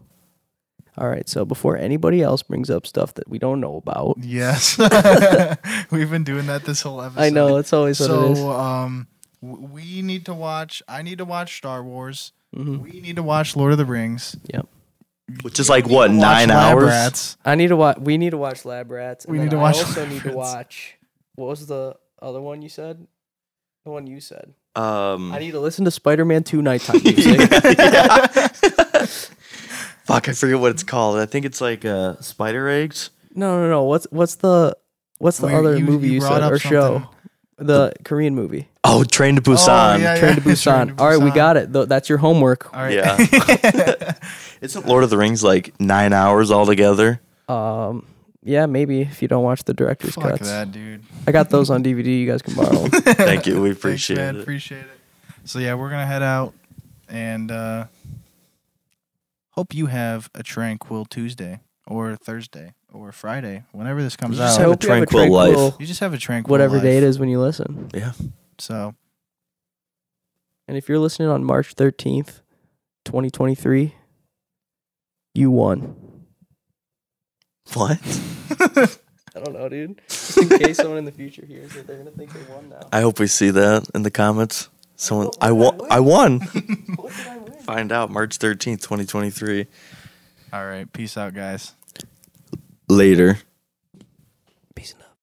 Speaker 5: All right. So before anybody else brings up stuff that we don't know about,
Speaker 1: yes, we've been doing that this whole episode.
Speaker 5: I know it's always what it
Speaker 6: uh,
Speaker 5: is.
Speaker 1: So um, w- we need to watch. I need to watch Star Wars.
Speaker 5: Mm-hmm.
Speaker 1: We need to watch Lord of the Rings.
Speaker 5: Yep.
Speaker 6: Which is like what, nine
Speaker 1: Watch Lab
Speaker 6: hours?
Speaker 1: Rats.
Speaker 5: I need to watch. We need to watch Lab Rats. and
Speaker 1: We
Speaker 5: then
Speaker 1: need to
Speaker 5: I
Speaker 1: watch
Speaker 5: also
Speaker 1: Lab
Speaker 5: need to
Speaker 1: Rats.
Speaker 5: watch. What was the other one you said? The one you said.
Speaker 6: Um
Speaker 5: I need to listen to Spider Man Two nighttime music.
Speaker 6: Fuck, I forget what it's called. I think it's like uh, spider eggs.
Speaker 5: No, no, no. What's what's the what's the
Speaker 1: Where
Speaker 5: other
Speaker 1: you-
Speaker 5: movie
Speaker 1: you
Speaker 5: you,
Speaker 1: brought
Speaker 5: said
Speaker 1: up
Speaker 5: or show?
Speaker 1: something.
Speaker 5: The Korean movie.
Speaker 6: Oh, Train to
Speaker 1: Oh,
Speaker 6: Busan.
Speaker 1: yeah,
Speaker 5: Train to
Speaker 1: yeah.
Speaker 5: Busan. All right, we
Speaker 1: Busan.
Speaker 5: got it. Tho- That's your homework.
Speaker 1: All right.
Speaker 6: Yeah. Isn't Lord of the Rings like nine hours altogether?
Speaker 5: Um, yeah, maybe if you don't watch the director's
Speaker 1: Fuck
Speaker 5: cuts.
Speaker 1: that, dude.
Speaker 5: I got those on DVD. You guys can borrow. 'em.
Speaker 6: Thank you. We
Speaker 1: Thanks,
Speaker 6: appreciate
Speaker 1: man.
Speaker 6: it.
Speaker 1: Appreciate it. So yeah, we're gonna head out and uh hope you have a tranquil Tuesday or Thursday or Friday, whenever this comes
Speaker 6: You just
Speaker 1: out.
Speaker 6: have a
Speaker 5: you have
Speaker 6: tranquil life.
Speaker 1: you just have a tranquil
Speaker 5: whatever day it
Speaker 1: life.
Speaker 5: is when you listen.
Speaker 6: yeah.
Speaker 1: So
Speaker 5: And if you're listening on March thirteenth, twenty twenty three, you won.
Speaker 6: What?
Speaker 5: I don't know, dude. Just in case someone in the future hears it, they're gonna think they won now.
Speaker 6: I hope we see that in the comments. Someone, I won. I won.
Speaker 5: What did I win?
Speaker 6: Find out March thirteenth, twenty twenty three.
Speaker 1: all right, peace out guys.
Speaker 6: Later.